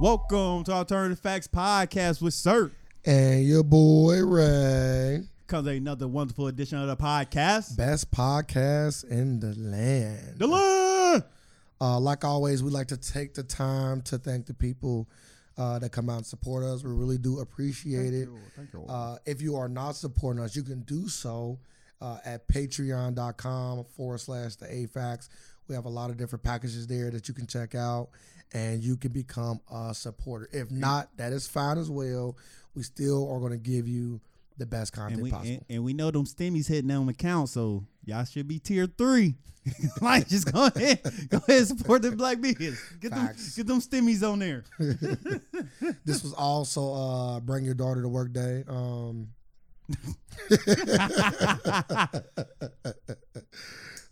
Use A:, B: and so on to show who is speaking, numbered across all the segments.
A: Welcome to Alternative Facts Podcast with Sir.
B: and your boy Ray.
A: Comes another wonderful edition of the podcast.
B: Best podcast in the land.
A: The land.
B: Uh, like always, we like to take the time to thank the people uh, that come out and support us. We really do appreciate it.
A: Thank you.
B: Uh, if you are not supporting us, you can do so uh, at patreon.com forward slash the AFAX. We have a lot of different packages there that you can check out and you can become a supporter. If not, that is fine as well. We still are going to give you the best content
A: and we
B: possible.
A: and, and we know them stimmies hitting them account, so y'all should be tier three. like just go ahead, go ahead and support the black business. Get them,
B: Facts.
A: get them stimmies on there. Hmm.
B: This was also uh bring your daughter to work day. Um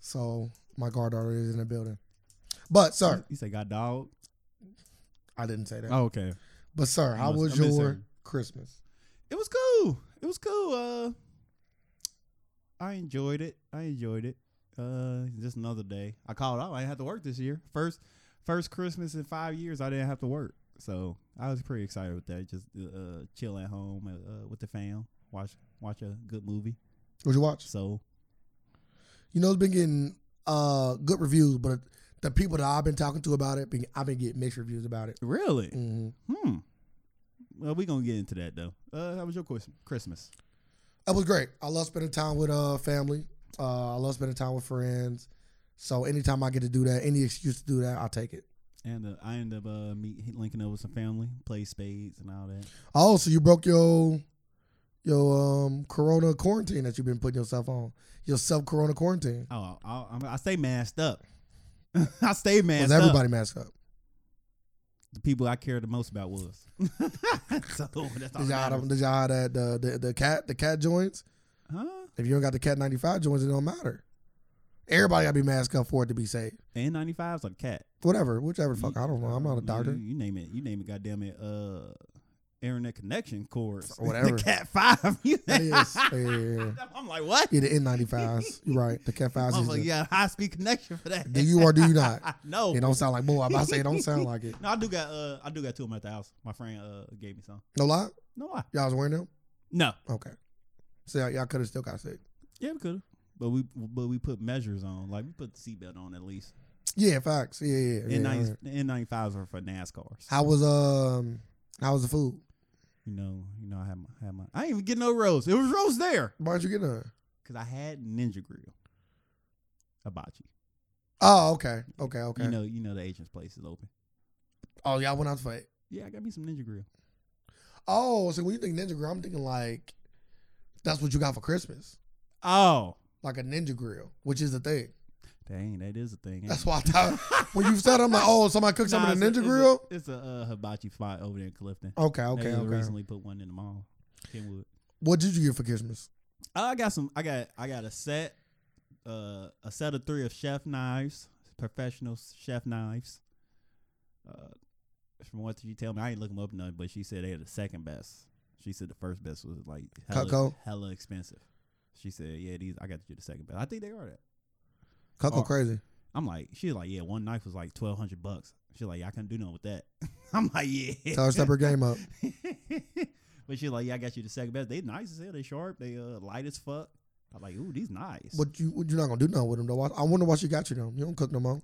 B: so my goddaughter is in the building. But sir,
A: You say got dog?
B: I didn't say that.
A: Oh, okay.
B: But sir, how
A: must-
B: was
A: I missed
B: your
A: her.
B: Christmas?
A: It was cool. It was cool. Uh, I enjoyed it. I enjoyed it. Uh, just another day. I called out. I didn't have to work this year. First, first Christmas in five years, I didn't have to work. So I was pretty excited with that. Just uh, chill at home uh, with the fam, watch watch a good movie.
B: What'd you watch?
A: So
B: You know it's been getting uh good reviews, but the people that I've been talking to about it, been, I've been getting mixed reviews about it.
A: really,
B: hmm
A: hmm. Well, we gonna get into that though. Uh, how was your Christ- Christmas?
B: It was great. I love spending time with uh family. Uh I love spending time with friends. So anytime I get to do that, any excuse to do that, I'll take it.
A: And uh, I ended up uh, meet, linking up with some family, play spades and all that.
B: Oh, so you broke your your um corona quarantine that you've been putting yourself on. Your self corona quarantine.
A: Oh, I, I'm- I stay masked up. I stay masked
B: Was
A: everybody.
B: everybody masked up?
A: The people I care the most about was. so that's all
B: Did y'all,
A: that
B: have,
A: matters.
B: did y'all have that the, the the cat the cat joints?
A: Huh?
B: If you don't got the cat ninety five joints, it don't matter. Everybody gotta be masked up for it to be safe.
A: And 95's a cat.
B: Whatever, whichever the fuck. I don't know. I'm not a
A: You-
B: doctor.
A: You, name it. You name it. Goddamn it. Uh, internet connection cords.
B: Whatever.
A: the cat five. You
B: That is- yeah, yeah, yeah.
A: I'm like, what?
B: Yeah, the N ninety fives. You're right. The cat fives.
A: I'm
B: is
A: like,
B: the-
A: you got a high speed connection for that.
B: Do you or do you not?
A: no.
B: It don't sound like boy. I'm about to say it don't sound like it.
A: No, I do got. Uh, I do got two of them at the house. My friend uh gave me some.
B: No lie,
A: No lie.
B: y'all was wearing them.
A: No.
B: Okay, so y'all could have still got sick.
A: Yeah, we could have. But we but we put measures on. Like we put the seatbelt on at least.
B: Yeah, facts. Yeah, yeah. yeah,
A: N
B: I
A: ninety
B: heard.
A: N ninety fives are for NASCARs.
B: How was um? How was the food?
A: You know, you know, I had my, had my. I didn't even get no roast. It was roast there
B: Why did you get none?
A: because I had Ninja Grill, Hibachi.
B: Oh, okay, okay, okay.
A: You know, you know the Asian's place is open.
B: oh, y'all went out to fight.
A: Yeah, I got me some Ninja Grill.
B: Oh, so when you think ninja grill, I'm thinking like that's what you got for Christmas,
A: Oh,
B: like a ninja grill, which is the thing.
A: dang, that is a thing.
B: That's why I thought when you said, it, I'm like, oh, somebody cooked
A: Nah,
B: something in a
A: it's a-
B: ninja grill.
A: It's a, it's a uh, hibachi spot over there in Clifton.
B: Okay,
A: They
B: okay,
A: just
B: okay.
A: recently put one in the mall, Kenwood.
B: What did you get for Christmas?
A: I got some. I got. I got a set. Uh, a set of three of chef knives, professional chef knives. Uh, from what you tell me, I ain't look 'em up none, but she said they had the second best. She said the first best was like hella,
B: Cutco?
A: hella expensive. She said, "Yeah, these I got to do the second best. I think they are that."
B: Cuckoo
A: Oh.
B: crazy.
A: I'm like, she's like, "Yeah, one knife was like twelve hundred bucks." She's like, yeah, "I couldn't do nothing with that." I'm like, "Yeah."
B: Tell her to step her game up.
A: but she's like, "Yeah, I got you the second best. They nice as hell. They sharp. They uh light as fuck." I'm like, "Ooh, these nice."
B: But you you're not gonna do nothing with them though. I wonder why she got you them. You don't cook no more.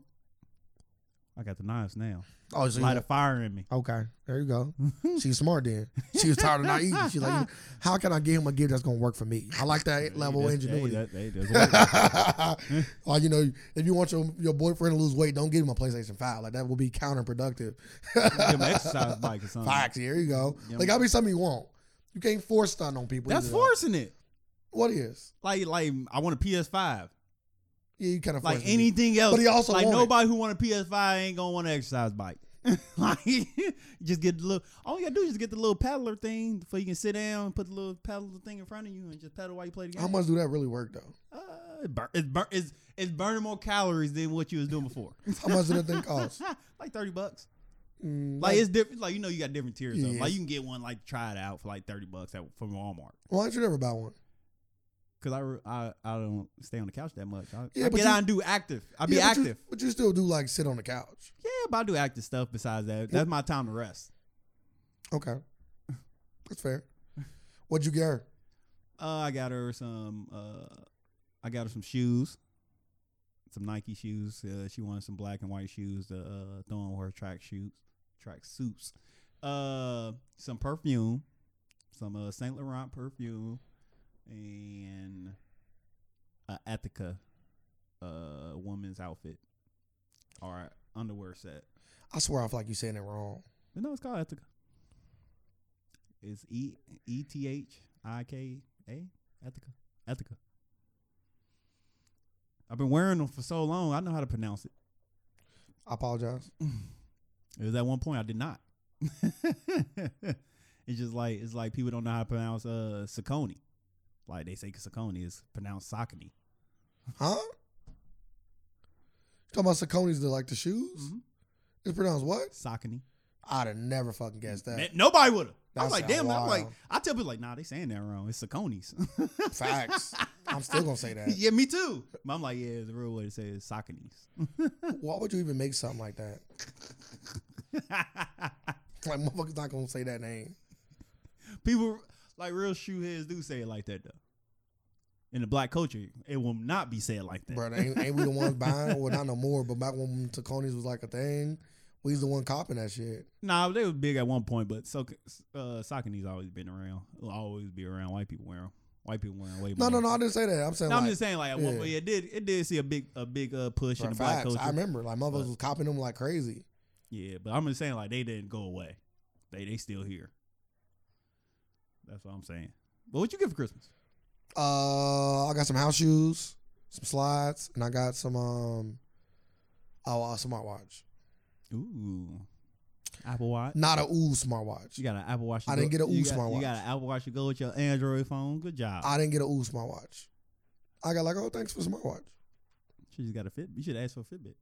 A: I got the knives now.
B: Oh, so you-
A: Light a fire in me.
B: okay. There you go. She's smart then. She was tired of not eating. She's like, how can I give him a gift that's gonna work for me? I like that level of
A: Hey,
B: ingenuity.
A: that- hey, that's what-
B: like you know, if you want your your boyfriend to lose weight, don't give him a PlayStation Five. Like that will be counterproductive.
A: Give him an exercise bike or something.
B: Facts. Here you go.
A: Uh-huh. Yeah,
B: Like gotta be something you want. You can't force stuff on people.
A: That's
B: either, though.
A: forcing it.
B: What is?
A: Like, like I want a PS5.
B: Yeah, you kind of
A: Like anything else.
B: But he also
A: like
B: want it.
A: nobody who want a PS5 ain't gonna want an exercise bike. like just get the little. All you gotta do is just get the little paddler thing before you can sit down and put the little paddler thing in front of you and just pedal while you play the game.
B: How much do that really work though?
A: uh, it bur- it's, bur- it's, it's burning more calories than what you was doing before.
B: How much did that thing cost?
A: like thirty bucks.
B: Mm,
A: Like it's different. Like you know, you got different tiers. though.
B: Yeah.
A: Like you can get one, like try it out for like thirty bucks at, from Walmart.
B: why don't you never buy one?
A: Cause I, re- I I don't stay on the couch that much. I,
B: Yeah,
A: I
B: but
A: get
B: you-
A: out and do active. I be
B: Yeah, but you-
A: active.
B: but you still do like sit on the couch.
A: yeah, but I do active stuff besides that. That's my time to rest.
B: Okay, that's fair. What'd you get her?
A: Uh, I got her some. Uh, I got her some shoes, some Nike shoes. Uh, she wanted some black and white shoes to uh, throw on her track shoes, track suits. Uh, some perfume, some uh, Saint Laurent perfume, and a Ethica, uh, woman's outfit or underwear set.
B: I swear I feel like you saying it wrong.
A: But no, it's called Ethica. It's E E T H I K A Ethica. Ethica. I've been wearing them for so long, I know how to pronounce it.
B: I apologize.
A: It was at one point I did not. it's just like it's like people don't know how to pronounce uh Saucony. Like they say Saucony is pronounced Saucony.
B: Huh? You talking about Saucony's that like the shoes?
A: Mhm.
B: It's pronounced what?
A: Saucony.
B: I'd have never fucking guessed
A: Man,
B: that.
A: Nobody would have. I
B: That
A: was like,
B: sound
A: damn. I'm like,
B: wild.
A: I tell people like, nah, they saying that wrong. It's Saucony's.
B: Facts. I'm still gonna say that.
A: yeah, me too. But I'm like, yeah, the real way to say it is Saucony's.
B: Why would you even make something like that? Like motherfuckers not gonna say that name.
A: People like real shoe heads do say it like that though. In the black culture, it will not be said like that.
B: Bro, ain't, ain't we the ones buying? Well, not no more, but back when Taconis was like a thing, we was the one copping that shit.
A: Nah, they were big at one point, but so uh, Saucony's always been around. Will always be around. White people wear 'em. White people wearing way
B: No,
A: more.
B: no, no, I didn't say that. I'm saying
A: No, I'm
B: like,
A: just saying like at one
B: yeah.
A: point, it did it did see a big a big uh, push
B: bro,
A: in the black
B: facts.
A: culture.
B: I remember, like motherfuckers
A: But-
B: was copping them like crazy.
A: Yeah, but I'm just saying like they didn't go away. They they still here. That's what I'm saying. But what you get for Christmas?
B: Uh, I got some house shoes, some slides, and I got some um, oh, uh, smartwatch.
A: Ooh, Apple Watch.
B: Not a ooh smartwatch.
A: You got an Apple Watch. to
B: I
A: go-
B: didn't get an
A: you
B: Ooh
A: got- You
B: smartwatch.
A: got an Apple Watch to go with your Android phone. Good job.
B: I didn't get a ooh smartwatch. I got like, oh, thanks for smartwatch.
A: she just got a Fitbit. You should ask for a Fitbit.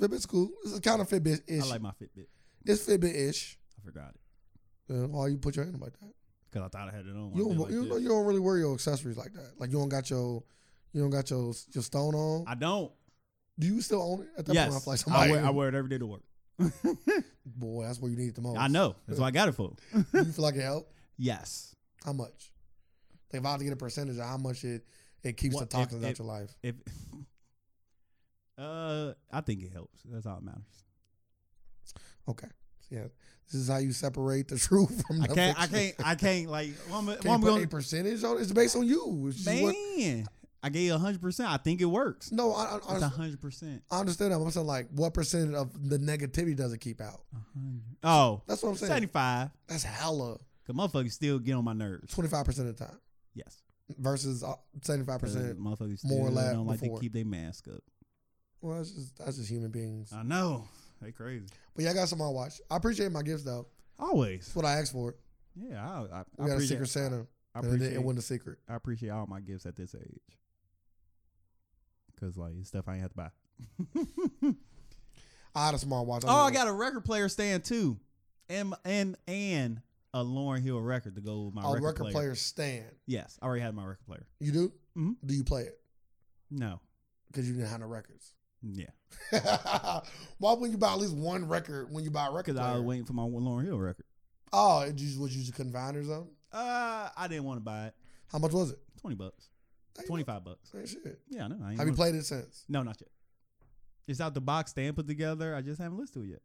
B: Fitbit's cool. It's kind of Fitbit ish.
A: I like my Fitbit.
B: It's Fitbit ish.
A: I forgot it
B: Yeah, why you put your hand like that?
A: because I thought I had it on.
B: You
A: I
B: don't,
A: did like
B: you,
A: this.
B: know, you don't really wear your accessories like that. Like you don't got your, you don't got your your stone on.
A: I don't.
B: Do you still own it? At that point, I
A: Yes,
B: feel like somebody.
A: I wear, I wear it every day to work.
B: Boy, that's where you need it the most.
A: I know. That's what I got it for.
B: Do you feel like it helped?
A: Yes.
B: How much? Like if I had to get a percentage of how much it it keeps
A: What
B: the toxins
A: if-
B: out
A: if-
B: your life.
A: If uh, I think it helps. That's all that matters.
B: Okay. So, yeah. This is how you separate the truth from
A: I
B: the
A: can't. I
B: fiction.
A: can't. I can't. Like, well, I'm, well,
B: Can't
A: I'm
B: put
A: gonna,
B: a percentage on it. It's based on you. It's just what-
A: man. I gave hundred percent. I think it works.
B: no, I, I, I,
A: It's
B: understand-
A: hundred percent.
B: I understand that. but I'm saying like, what percentage of the negativity does it keep out?
A: Oh,
B: That's what I'm saying.
A: 75.
B: That's hella
A: Cause motherfuckers still get on my nerves.
B: twenty five percent of the time
A: Yes.
B: versus seventy five
A: 'Cause
B: percent.
A: Motherfuckers still
B: more
A: more
B: lab
A: don't like to
B: before.
A: keep their mask up.
B: Well, that's just that's just human beings.
A: I know. They crazy.
B: But yeah, I got some on watch. I appreciate my gifts though.
A: Always.
B: That's what I asked for.
A: Yeah. I, I,
B: We
A: I
B: got a
A: appreciate,
B: secret
A: I
B: Santa. and it, didn't-
A: appreciate,
B: it wasn't a secret.
A: I appreciate all my gifts at this age. Cause like it's stuff I ain't have to buy.
B: I had a smart watch.
A: oh, I got a record player stand too, and and and a Lauren Hill record to go with my
B: a
A: record,
B: Oh, record
A: player.
B: player stand.
A: Yes, I already had my record player.
B: You do?
A: Mhm.
B: Do you play it?
A: No.
B: Because you didn't have no records.
A: Yeah.
B: Why wouldn't you buy at least one record when you buy a record
A: Cause I
B: player?
A: was waiting for my Lauren Hill record.
B: oh, it just was used to confine or something.
A: Uh, I didn't want to buy it.
B: How much was it?
A: Twenty bucks.
B: Ain't
A: Twenty five bucks.
B: no- ain't shit.
A: Yeah, I know. I ain't
B: Have you
A: wanna-
B: played it since?
A: No, not yet. It's out the box, stand put together. I just haven't listened to it yet.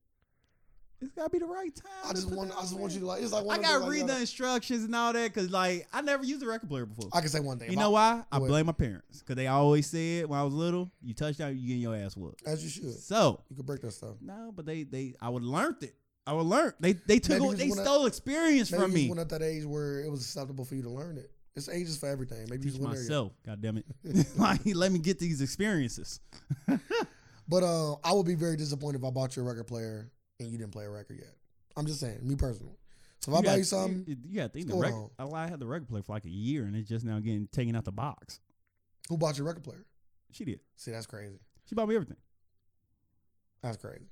A: It's gotta be the right time.
B: I
A: to
B: just
A: put
B: want.
A: that
B: I just
A: on
B: want you
A: there.
B: to like. It's like one
A: I
B: of
A: gotta
B: those, like,
A: read
B: uh,
A: the instructions and all that, cause like I never used a record player before.
B: I can say one thing.
A: you
B: If
A: know
B: I-
A: why? I
B: What?
A: blame my parents, cause they always said when I was little, you touch down, you get your ass whooped.
B: As you should.
A: So
B: You can break that stuff.
A: no, but they they I would learned it. I would learn. They they took
B: Maybe
A: away-
B: you
A: they
B: just wanna-
A: stole experience
B: Maybe
A: from
B: you just
A: me.
B: went at that age where it was acceptable for you to learn it. It's ages for everything. Maybe you
A: Teach
B: just went there.
A: myself. God damn it! like let me get these experiences.
B: But uh, I would be very disappointed if I bought you a record player and you didn't play a record yet. I'm just saying, me personally. So if I buy
A: gotta-
B: you something,
A: You, you got to think the
B: What's
A: record.
B: going
A: I I had the record player for like a year, and it's just now getting taken out the box.
B: who bought your record player?
A: She did.
B: See, that's crazy.
A: She bought me everything.
B: That's crazy.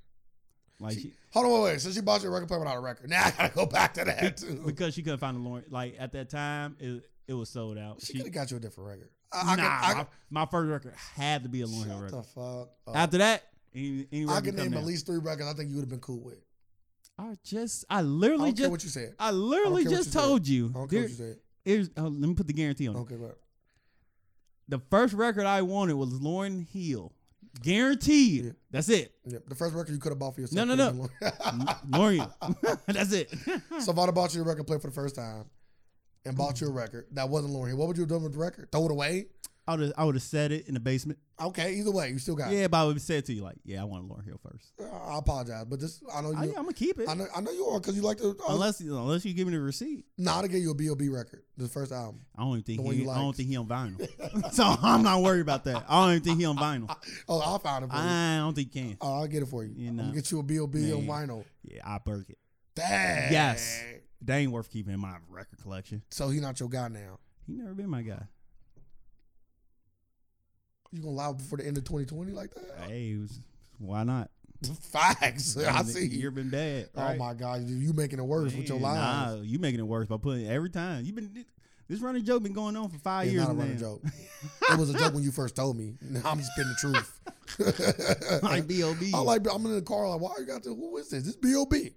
A: Like
B: She-
A: she,
B: Hold on, wait, wait. So she bought you a record player without a record. Now I gotta go back to that too.
A: because she couldn't find a Lauren. Like at that time, it it was sold out.
B: she
A: She-
B: could have got you a different record.
A: nah,
B: I, I could,
A: my, my first record had to be a
B: I could,
A: Lauren Hill
B: shut the
A: record.
B: fuck up.
A: After that, any, any
B: I
A: record
B: could
A: come
B: name
A: down.
B: at least three records I think you would have been cool with.
A: I just, I
B: I
A: literally
B: don't care
A: just,
B: what you said.
A: I literally
B: care what
A: just
B: you said.
A: told you.
B: I don't care
A: There-
B: what you said.
A: here's- oh, let me put the guarantee on. it.
B: Okay, right.
A: The first record I wanted was Lauren Hill. Guaranteed.
B: Yeah.
A: That's it.
B: Yeah, the first record you could have bought for yourself.
A: No, no,
B: could've been
A: N- Lauren. Hill. That's it.
B: one. so if I'd have bought you a record player for the first time and bought you a record that wasn't Lauren Hill, what would you have done with the record? Throw it away?
A: I would, I would have said it in the basement.
B: Okay, either way, you still got it.
A: Yeah, but I would have said to you like, yeah, I want Lauren Hill first.
B: Uh, I apologize, but this I know
A: I, am
B: you.
A: gonna keep it
B: I know, I know you are because you like to. Uh,
A: unless, unless you give me the receipt.
B: nah, I gave you a B.O.B. record, the first album.
A: I don't even think
B: The one
A: he.
B: you
A: I don't
B: liked.
A: think he on vinyl. so I'm not worried about that. I don't even think he on vinyl.
B: Oh, I found it for you.
A: I don't think he can.
B: Oh, I'll get it for you.
A: You
B: I'm
A: know.
B: gonna get you a B.O.B. on
A: Man.
B: vinyl.
A: Yeah, I burk it.
B: Dang.
A: Yes. They ain't worth keeping in my record collection.
B: So he not your guy now.
A: He never been my guy.
B: You gonna lie before the end of 2020 like that?
A: Hey, it was, why not?
B: Facts. I
A: And
B: see.
A: You've been bad.
B: Oh
A: right?
B: my God, you, you making it worse with your
A: Man,
B: lies.
A: Nah, you making it worse by putting every time. You've been this running joke been going on for five
B: It's
A: years.
B: not a
A: now.
B: running joke. it was a joke when you first told me. Now I'm just spitting the truth.
A: like B.O.B.
B: I'm like, I'm in the car. Like, why you got this? Who is this? This B.O.B.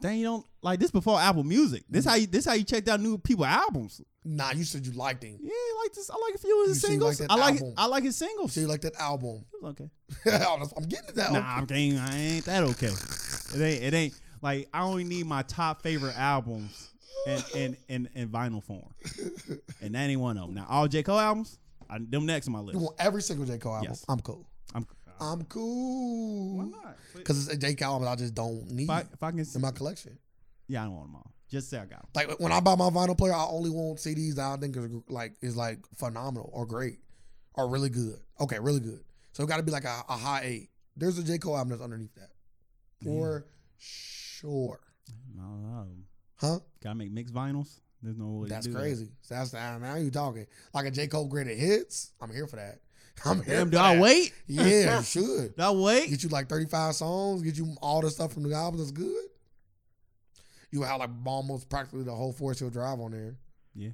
A: Then you don't like this before Apple Music. This how you this how you checked out new people albums.
B: Nah, you said you liked him.
A: Yeah, like this. I like a few of his
B: You see, you like
A: singles.
B: that
A: I like
B: album.
A: I like his
B: You
A: singles.
B: said you liked that album.
A: It was okay.
B: I'm getting to that.
A: Nah, I'm game. I ain't that okay. It ain't. It ain't like I only need my top favorite albums in in in, in vinyl form, and that ain't one of them. Now all J Cole albums, I, them next on my
B: You
A: list.
B: want every single J. Cole album?
A: Yes.
B: I'm cool.
A: I'm, I,
B: I'm
A: why
B: cool.
A: not? Because
B: Because it's a J. Cole album I just don't need
A: if I, if I can, see,
B: in my collection.
A: yeah, I don't want them all. Just say I got them.
B: Like when I buy my vinyl player, I only want CDs that I think is like is like phenomenal or great or really good. Okay, really good. So it got to be like a, a high eight. There's a J Cole album that's underneath that for sure,
A: Not a lot of them.
B: huh?
A: Gotta make mixed vinyls. There's no way. to
B: that's
A: do that.
B: crazy. So that's now now you talking like a J Cole graded hits. I'm here for that. I'm here.
A: Damn,
B: for
A: do I
B: that.
A: wait?
B: Yeah, you should
A: Do I wait?
B: get you like 35 songs. Get you all the stuff from the album that's good. You have like almost practically the whole Forest Hill Drive on there.
A: Yeah.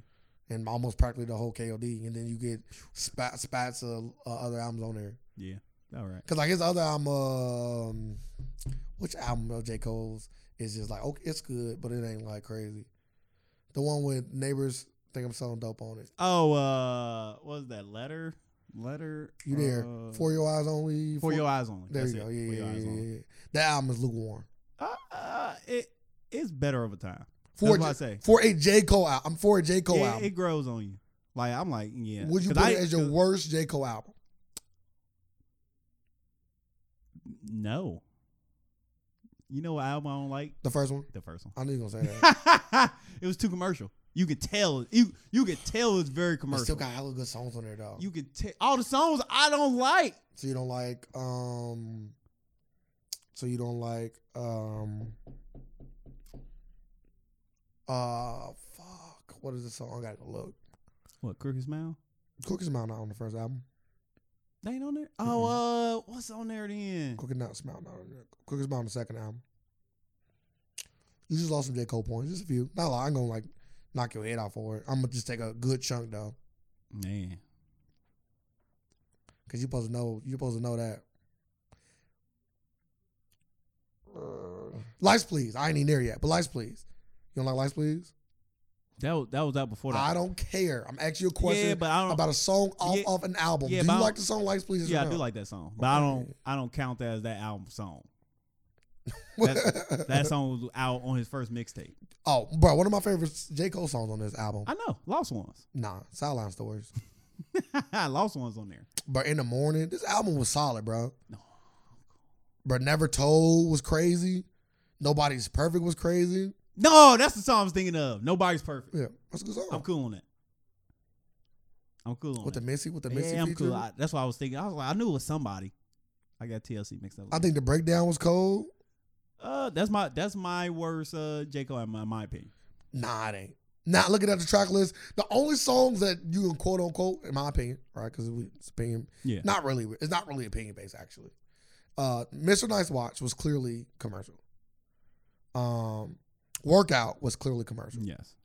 B: and almost practically the whole KOD, and then you get spat, spats of uh, other albums on there.
A: Yeah. All right.
B: Cause like his other album, um, which album of J Cole's is just like okay, it's good, but it ain't like crazy. The one with neighbors think I'm selling dope on it.
A: Oh, uh, what was that letter? Letter.
B: You there?
A: uh,
B: for your eyes only.
A: For your eyes only.
B: There
A: That's
B: you
A: it.
B: go.
A: For
B: Yeah,
A: your
B: yeah,
A: eyes
B: yeah,
A: only.
B: yeah, yeah. That album is lukewarm.
A: Uh, uh, it it's better over time.
B: For
A: That's what I
B: J-
A: say.
B: for a J Cole album, I'm for a J Cole
A: It,
B: album.
A: it grows on you. Like I'm like yeah.
B: Would you
A: 'Cause
B: put
A: I-
B: it as your
A: 'cause-
B: worst J Cole album?
A: No. You know what album I don't like?
B: The first one.
A: The first one.
B: I knew you were gonna say that.
A: it was too commercial. You could tell. You you could tell it's very
B: It
A: commercial.
B: still got hella good songs on there though.
A: you could tell all the songs I don't like.
B: So you don't like um so you don't like um uh fuck what is the song? I gotta go look.
A: What crooked smile?
B: Cookies Mount not on the first album.
A: They ain't on there. Oh, uh, what's on there then?
B: Cookies Mount Smile not on there. Cookies Mount on the second album. You just lost some J. Cole points, just a few. Not a lot. I'm gonna like knock your head off for it. I'm gonna just take a good chunk though.
A: Man,
B: Cause you supposed to know you're supposed to know that. Uh, Lights please. I ain't even there yet, but lights please. You don't like lights please?
A: that was, that was out before
B: I
A: that.
B: don't care. I'm asking you a question
A: yeah, but I don't.
B: about a song off
A: Yeah.
B: of an album.
A: Yeah,
B: do
A: but I
B: you
A: don't-
B: like the song Lights Please?
A: yeah, I do
B: Israel?
A: like that song, but I don't.
B: Okay.
A: I don't count that as that album song. That song was out on his first mixtape.
B: oh, bro, one of my favorite J Cole songs on this album.
A: I know, Lost Ones.
B: nah, Sideline Stories.
A: Lost Ones on there.
B: But in the morning, this album was solid, bro.
A: No.
B: But Never Told was crazy. Nobody's Perfect was crazy.
A: No, that's the song I was thinking of. Nobody's perfect.
B: Yeah, that's a good song.
A: I'm cool on it. I'm cool on
B: Oh. With the
A: it.
B: Missy, with the Missy
A: Yeah, I'm
B: feature.
A: cool. I, that's what I was thinking. I was like, I knew it was somebody. I got TLC mixed up.
B: I think the breakdown was cold.
A: Uh, that's my that's my worst uh J Cole in my, my opinion.
B: Nah, it ain't. Not looking at the track list. The only songs that you can quote unquote, in my opinion, right? Because it's opinion.
A: Yeah.
B: Not really. It's not really opinion based, actually. Uh, Mr. Nice Watch was clearly commercial. Um, Workout was clearly commercial,
A: Yes.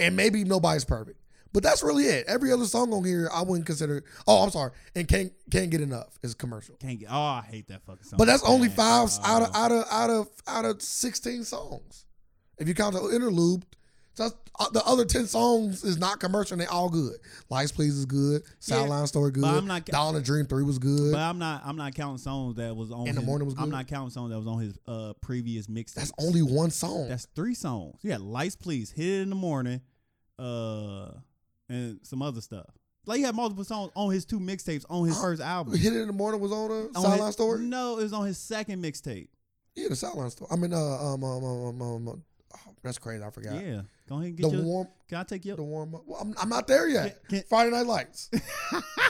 B: and maybe nobody's perfect. But that's really it. Every other song on here, I wouldn't consider. Oh, I'm sorry. And can't can't get enough is commercial.
A: Can't get. Oh, I hate that fucking song.
B: But that's only
A: Man,
B: five
A: oh.
B: out of out of out of out of sixteen songs. If you count the interlude, that's, uh, the other ten songs is not commercial. and They all good. Lights Please is good. Sideline Story good.
A: But I'm not. ca-
B: Dawn of Dream Three was good.
A: But I'm not. I'm not counting songs that was on.
B: In the
A: his-
B: Morning was
A: I'm
B: good?
A: not counting songs that was on his uh previous mixtape.
B: That's only one song.
A: That's three songs. Yeah, lights please, hit it in the morning, uh, and some other stuff. Like he had multiple songs on his two mixtapes on his
B: Oh,
A: first album.
B: Hit It in the Morning was on a
A: On
B: Sideline
A: his-
B: Story.
A: No, it was on his second mixtape.
B: Yeah, the Sideline Story. I mean, uh, um, um, um, um, um, oh, that's crazy. I
A: Yeah.
B: forgot.
A: Go ahead and
B: The
A: get your.
B: warm,
A: can I take your?
B: the warm up. Well, I'm, I'm not there yet.
A: Can- can-
B: Friday Night Lights.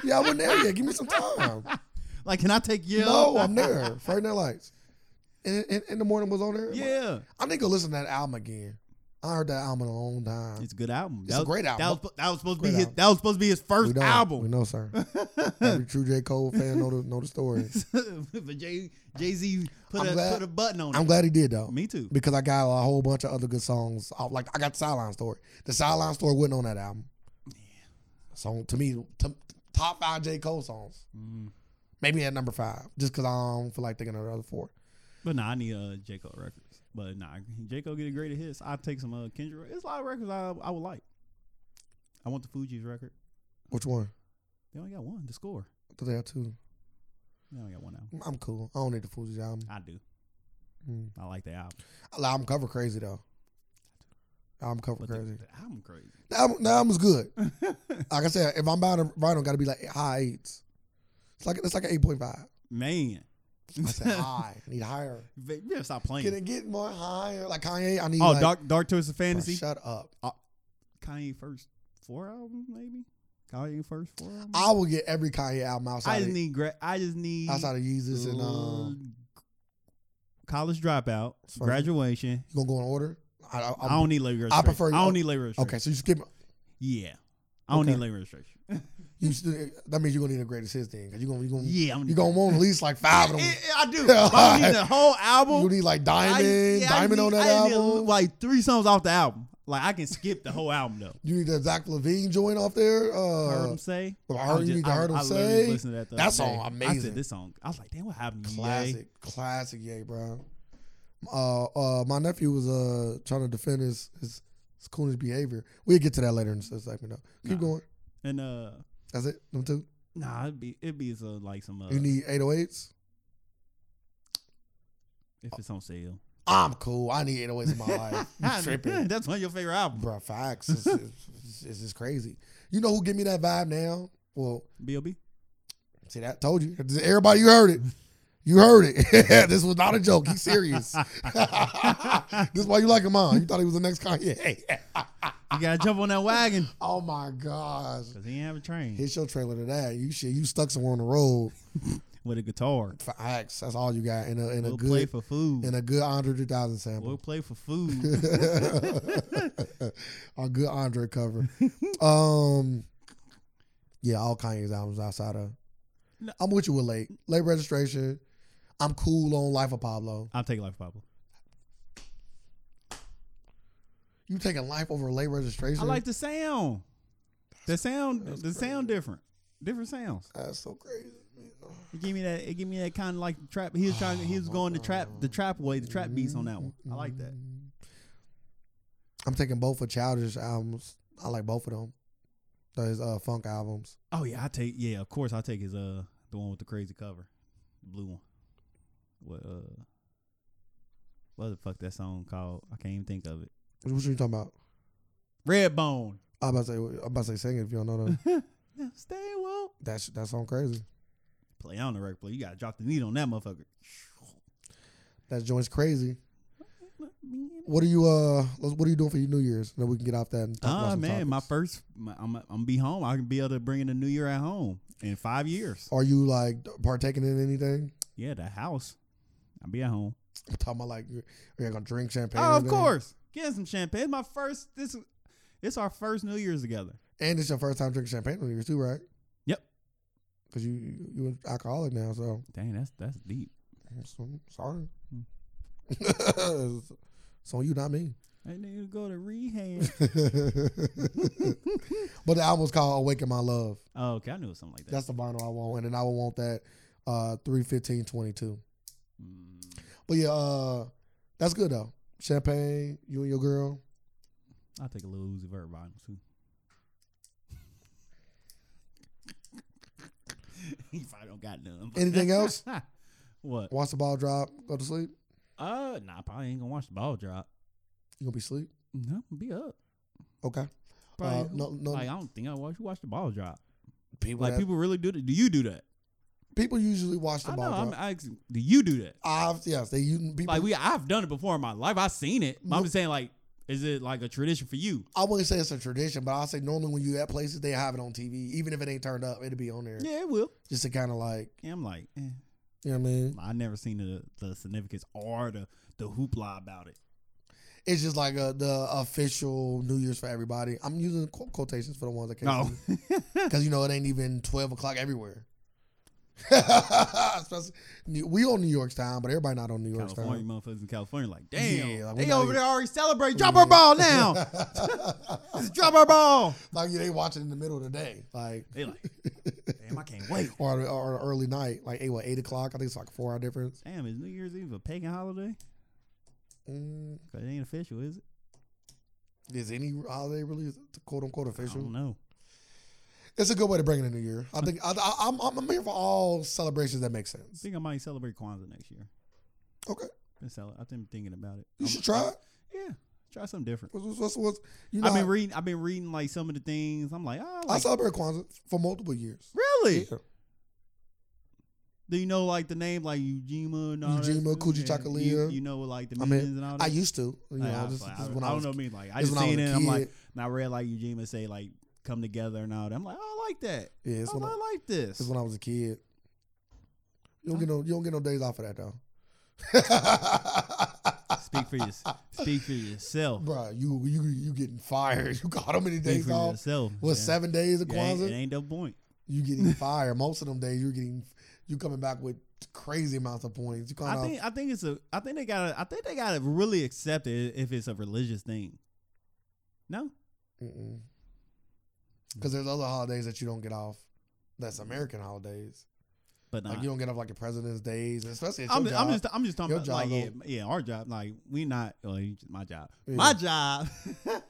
B: yeah, I wasn't there yet. Give me some time.
A: Like, can I take your?
B: No, I'm there. Friday Night Lights. And, and, and the morning was on there.
A: Yeah,
B: I need to go listen to that album again. I heard that album in a long time.
A: it's a good album.
B: It's a great album.
A: That was, that was supposed to be
B: Great
A: his.
B: album.
A: That was supposed to be his
B: we
A: first
B: know, We
A: album.
B: know, sir. Every true J Cole fan know the know the story.
A: but Jay Jay Z put
B: I'm
A: a
B: glad-
A: put a button on
B: I'm glad he did though.
A: it. Me too.
B: because I got a whole bunch of other good songs. I, like I got the Sideline Story. The Sideline Story wasn't on that album. So to me, to, top five J Cole songs.
A: Mm.
B: Maybe at number five, just because I don't feel like thinking of the other four.
A: But nah, I need uh J Cole records. But nah, J Cole get a greater hits. I take some uh Kendrick. It's a lot of records I I would like. I want the Fuji's record.
B: Which one?
A: They only got one. The score.
B: Do they have two?
A: They only got one album.
B: I'm cool. I don't need the Fuji's album.
A: I do.
B: Mm.
A: I like the album.
B: The album cover crazy though. Album cover
A: But the,
B: crazy.
A: the album crazy.
B: The album, the album's good. Like I said, if I'm buying a vinyl, got to be like high eights. It's like it's like an eight point five.
A: Man,
B: I said high. I need higher.
A: But you better stop playing.
B: Can it get more higher? Like Kanye, I need.
A: oh,
B: like,
A: Dark Dark Twisted
B: bro,
A: Fantasy.
B: Shut up.
A: Kanye first four albums maybe. Kanye first four. Albums?
B: I will get every Kanye album
A: I
B: outside
A: just
B: of,
A: need. Gra- I just need.
B: outside of Yeezus and um.
A: college dropout,
B: First-
A: graduation.
B: You gonna go in order? I, I,
A: I don't need labor
B: I
A: registration.
B: prefer-
A: I don't need labor registration.
B: okay, so you skip.
A: Yeah. I don't
B: Okay.
A: need labor registration.
B: You still, that means you're gonna need a greatest hits then, 'cause you gonna you gonna
A: yeah, I'm
B: you gonna want at least like five of them.
A: I, I do. But I don't need the whole
B: You
A: album.
B: gonna need like
A: I-
B: Diamond,
A: yeah, I
B: Diamond on
A: need-
B: that
A: I need,
B: album.
A: like three songs off the album. Like I can skip the whole album though.
B: You need that Zach Levine joint off there.
A: heard
B: Uh,
A: him say.
B: I
A: I
B: heard you need to heard him
A: I literally
B: say.
A: listened to that. the
B: That
A: other
B: song
A: day. I
B: amazing.
A: said this song. I was like, damn, what happened? to Ye?
B: Classic, classic, yeah, bro. Uh, uh, my nephew was uh trying to defend his his, his coonish behavior. We'll get to that later in the segment. Though. Keep
A: Nah.
B: going.
A: And uh,
B: That's it. Number two.
A: nah, it'd be it'd be some, like some uh,
B: You need 808s.
A: if it's on sale.
B: I'm cool. I need 808s in my life. You tripping,
A: That's one of your favorite albums.
B: bro? Facts. It's, it's, it's just crazy. You know who give me that vibe now? Well,
A: B.O.B.
B: see that told you. Everybody, you heard it. You heard it. this was not a joke. He's serious. this is why you like him on. You thought he was the next Kanye.
A: You gotta jump on that wagon
B: oh my gosh.
A: because Ah, he ain't have a train
B: Hit your trailer to that. You shit. You stuck somewhere on the road.
A: with a guitar.
B: Facts. That's all you got. In a in a
A: We'll play
B: good
A: for food.
B: in a good Andre 3000 sample.
A: We'll play for food.
B: a good Andre cover. Um, yeah, all Kanye's albums outside of.
A: No.
B: I'm with you with late late registration. I'm cool on Life of Pablo.
A: I'll take Life of Pablo.
B: You taking Life over late registration?
A: I like the sound. The sound,
B: that's
A: the sound different, different sounds.
B: That's so crazy. man.
A: It gave me that. It gave me that kind of like trap. He was trying. He was going the trap, the trap way, the trap beats on that one. I like that.
B: Mm-hmm. I'm taking both of Childish albums. I like both of them. Those uh, funk albums.
A: Oh yeah, I take. Yeah, of course I take his uh the one with the crazy cover, the blue one. What uh, what the fuck that song called? I can't even think of it.
B: What, what you talking about?
A: Redbone.
B: I'm about to say I'm about to say sing it if you don't know that.
A: Now stay woke.
B: That's that sound crazy.
A: Play on the record play. You gotta drop the needle on that motherfucker.
B: That joint's crazy. What are you uh? let's- What are you doing for your New Year's? Then we can get off that. And talk about
A: Ah
B: some
A: man, my
B: topics.
A: first, my, I'm I'm gonna be home. I can be able to bring in the new year at home in five years.
B: Are you like partaking in anything?
A: Yeah, the house. I'll be at home.
B: I'm talking about like, you're- are you gonna drink champagne?
A: Oh,
B: and
A: of
B: everything?
A: course. Getting some champagne. It's My first. This. is- It's our first New Year's together.
B: And it's your first time drinking champagne on New Year's too, right?
A: Yep.
B: Because you you you're an alcoholic now, so
A: Dang, that's that's deep.
B: I'm so- sorry.
A: Hmm.
B: so you, not me.
A: I need to go to rehab.
B: but the album's called "Awaken My Love."
A: oh, okay, I knew it was something like that.
B: That's the vinyl I want, and then I would want that uh, three fifteen twenty two.
A: Mm,
B: But yeah, uh, that's good though. Champagne, you and your girl.
A: I'll take a little Uzi Vert vinyl too. if I don't got none. but-
B: Anything else?
A: what?
B: Watch the ball drop. Go to sleep.
A: Uh, nah, probably ain't gonna watch the ball drop.
B: You gonna be sleep?
A: No, be up.
B: Okay. Uh,
A: Probably,
B: no, no.
A: like I don't think I watch you watch the ball drop.
B: people,
A: Like
B: that-
A: people really do that. Do you do that?
B: people usually watch the
A: I know.
B: ball
A: I'm
B: drop.
A: asking, do you do that?
B: I've yes, they you people.
A: Like we, I've done it before in my life. I've seen it. But I'm
B: No.
A: just saying, like, is it like a tradition for you?
B: I wouldn't say it's a tradition, but I'll say normally when you at places they have it on TV, even if it ain't turned up, it'll be on there.
A: Yeah, it will.
B: Just to kind of like,
A: Yeah, I'm like, eh.
B: you know what I mean?
A: I never seen the the significance or the the hoopla about it.
B: It's just like a, the official New Year's for everybody. I'm using qu- quotations for the ones that can't.
A: No,
B: because you know it ain't even twelve o'clock everywhere. Especially- we on New York's time, but everybody not on New York's
A: California
B: time.
A: motherfuckers in California, like, damn,
B: Yeah, like, we
A: they
B: not
A: over
B: even-
A: there already celebrating. Drop our ball now. Drop our ball.
B: like yeah, they watching in the middle of the day, like
A: They like, damn, I can't wait.
B: or or early night, like eight what eight o'clock. I think it's like a four hour difference.
A: Damn, is New Year's Eve a pagan holiday?
B: Mm,
A: 'Cause it ain't official, is it?
B: is any holiday really quote unquote
A: I don't
B: official?
A: know.
B: It's a good way to bring in the new year. I think I, I, I'm I'm here for all celebrations that
A: I
B: make sense.
A: think I might celebrate Kwanzaa next year.
B: Okay,
A: Been cel- I've been thinking about it.
B: you
A: I'm-
B: should try. it.
A: Yeah, try something different.
B: What's, what's, what's, what's- you know,
A: I've been
B: I-
A: reading. I've been reading like some of the things. I'm like, oh,
B: I
A: like,
B: celebrate Kwanzaa for multiple years.
A: really?
B: Yeah.
A: Do you know like the name like Ujima and all that
B: Ujima,
A: stuff?
B: Kuji
A: Yeah. You,
B: Chakalia.
A: you know like the
B: I mean,
A: meanings and all that.
B: I used to. You know,
A: Like, I,
B: just,
A: was like,
B: just
A: I-
B: when I,
A: I
B: was,
A: don't know. I mean, like I
B: just
A: just
B: when I
A: seen it.
B: was
A: and
B: a
A: I'm like,
B: kid.
A: and I read like Ujima say like come together and all that. I'm like, oh, I like that.
B: Yeah, it's
A: oh,
B: when I,
A: I like this.
B: it's when I was a kid. You don't get no, you don't get no days off of that though.
A: Speak for your, speak for yourself.
B: Bruh, you you you getting fired. You got how many
A: Speak
B: days
A: for
B: off?
A: yourself.
B: What
A: yeah.
B: seven days of
A: It ain't,
B: Kwanzaa?
A: it ain't the point.
B: You getting fired. Most of them days you're getting you coming back with crazy amounts of points. You
A: I
B: kind of
A: think I think it's a I think they gotta I think they gotta really accept it if it's a religious thing. No?
B: because there's other holidays that you don't get off. That's American holidays.
A: But nah.
B: Like you don't get off like your President's days, especially at your
A: I'm,
B: job.
A: I'm just I'm just talking
B: Your
A: about like yeah,
B: job,
A: yeah our job like we not well, you just- my job
B: Yeah.
A: my job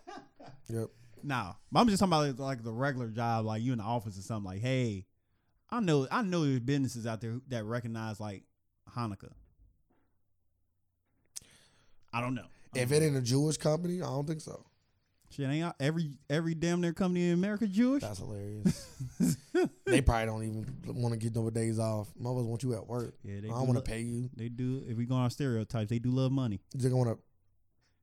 B: Yep.
A: nah But I'm just talking about like, the regular job like you in the office or something like hey I know I know there's businesses out there who- that recognize like Hanukkah I don't know
B: If it ain't a Jewish company, I don't think so.
A: shit ain't out- every every damn near company in America Jewish
B: That's hilarious. they probably don't even want to get no days off. Mothers want you at work.
A: yeah they
B: I
A: do
B: don't want
A: lo-
B: to pay you.
A: they do if we go on stereotypes they do love money
B: You think I want to?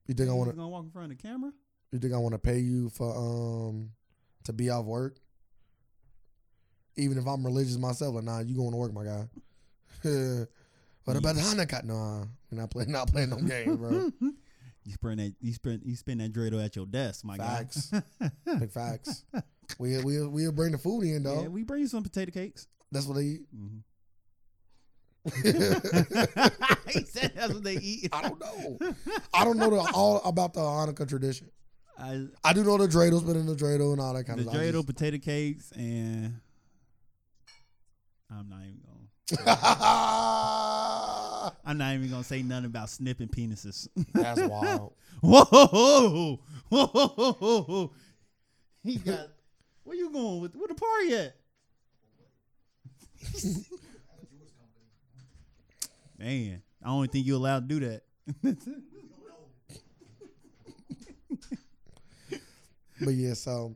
B: You think I want
A: You
B: to?
A: gonna walk in front of the camera
B: You think I want to pay you for um to be off work? Even if I'm religious myself, like nah, you going to work, my guy. what about Hanukkah? Nah, we're not playing. Not playing no game, bro.
A: Hmm, you spend that you spend you spend that dreidel at your desk my guy.
B: facts. Big facts. We we we bring the food in though.
A: Yeah, we bring you some potato cakes. Mm-hmm.
B: That's what they eat.
A: he said that's what they eat.
B: I don't know. I don't know the, all about the Hanukkah tradition.
A: I,
B: I do know the dreidels, but in the dreidel and all that kind
A: the
B: of stuff. I
A: dreidel,
B: just-
A: potato cakes, and I'm not even gonna. I'm not even gonna say nothing about snipping penises.
B: That's wild.
A: whoa, whoa, whoa, whoa, whoa, whoa. He got. Where you going with? Where the party at? Man, I don't think you allowed to do that.
B: But yeah, so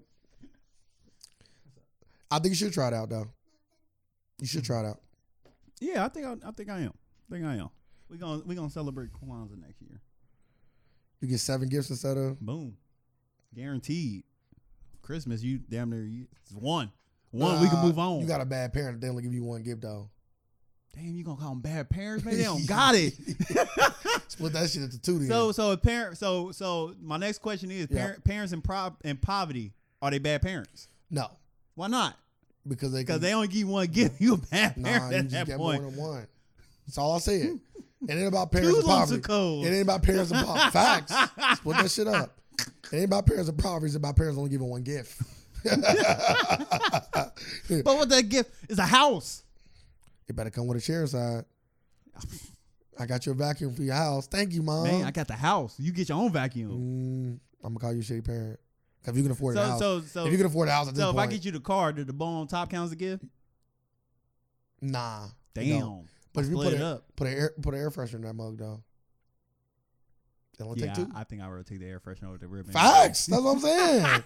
B: I think you should try it out though. You should try it out.
A: Yeah, I think I, I think I am. I think I am. We gonna we gonna celebrate Kwanzaa next year.
B: You get seven gifts instead of
A: Boom, guaranteed. Christmas, you damn near you, it's one, one. we can
B: Nah,
A: move on.
B: Uh, You got a bad parent, they only give you one gift though.
A: damn, you gonna call them bad parents? Man, they don't got it.
B: Split that shit into two then.
A: so so a parent. So so my next question is:
B: Yeah.
A: parent, parents in pro in poverty are they bad parents?
B: no,
A: Why not?
B: because they
A: Because
B: can,
A: they only give you one gift. You a bad
B: Mm-hmm. nah,
A: parent
B: you
A: at
B: just
A: that
B: get
A: point.
B: more than one. That's all I said. It ain't about parents in
A: Coupons
B: poverty.
A: are cold.
B: It ain't about parents and poverty. Facts. Split that shit up. It ain't about parents and poverty. It's about parents only giving one gift. it
A: But what that gift is a house.
B: better come with a chair side. I got your vacuum for your house. Thank you, mom.
A: Man, I got the house. You get your own vacuum.
B: Uh-huh. Mm, I'm gonna call you a shitty parent. 'Cause If you can afford a
A: So
B: house,
A: so so
B: if you can afford a house at this
A: so if I
B: point,
A: get you the car, did the bone on top counts as a gift?
B: nah.
A: Damn.
B: No. But if you
A: Split
B: put
A: it
B: a,
A: up.
B: put an air put an air freshener in that mug though, it only
A: Yeah,
B: take two.
A: I, I think I would take the air freshener over the ribbon.
B: Facts. That's what I'm saying.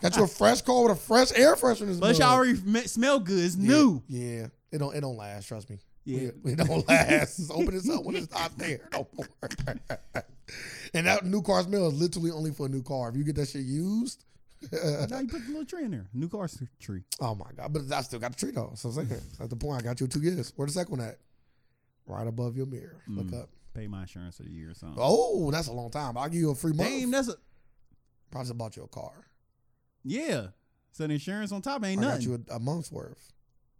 B: Got you a fresh car with a fresh air freshener. in this
A: But
B: mug.
A: y'all already me- smell good. It's
B: Yeah,
A: new.
B: Yeah, it don't it don't last. Trust me.
A: Yeah.
B: It- it don't last. Just open this up when it's not there no more. and that new car smell is literally only for a new car. If you get that shit used,
A: Now you put the little tree in there. New car s- tree.
B: oh my god! But I still got the tree though. So I'm saying at the point I got you two gifts. Where the second one at? Right above your mirror. Look
A: Mm.
B: up.
A: Pay my insurance for the year or something.
B: Oh, that's a long time. I'll give you a free month.
A: Damn, that's a
B: Probably just bought you a car.
A: yeah. So the insurance on top ain't
B: I
A: nothing.
B: got you a, a month's worth.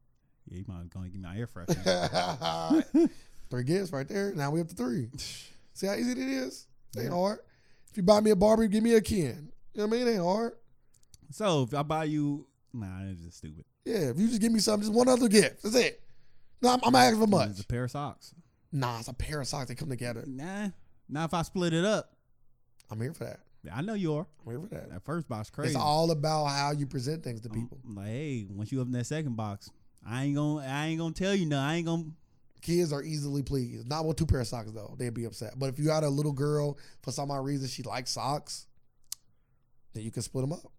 A: yeah, you might gonna give me my air freshener.
B: three gifts right there. Now we up to three. See how easy it is? It ain't hard. If you buy me a Barbie, give me a Ken. You know what I mean? It ain't hard.
A: so if I buy you, nah, that's just stupid.
B: Yeah, if you just give me something, just one other gift. That's it. No, I'm, I'm asking for much.
A: It's a pair of socks.
B: Nah, it's a pair of socks. They come together.
A: Nah, now if I split it up,
B: I'm here for that.
A: I know you are.
B: I'm here for that.
A: That first box crazy. Um,
B: It's all about how you present things to
A: I'm-
B: people.
A: I'm like, hey, once you open that second box, I ain't gonna, I ain't gonna tell you no. I ain't gonna.
B: Kids are easily pleased. Not with two pair of socks though; they'd be upset. But if you got a little girl for some odd reason she likes socks, then you can split them up.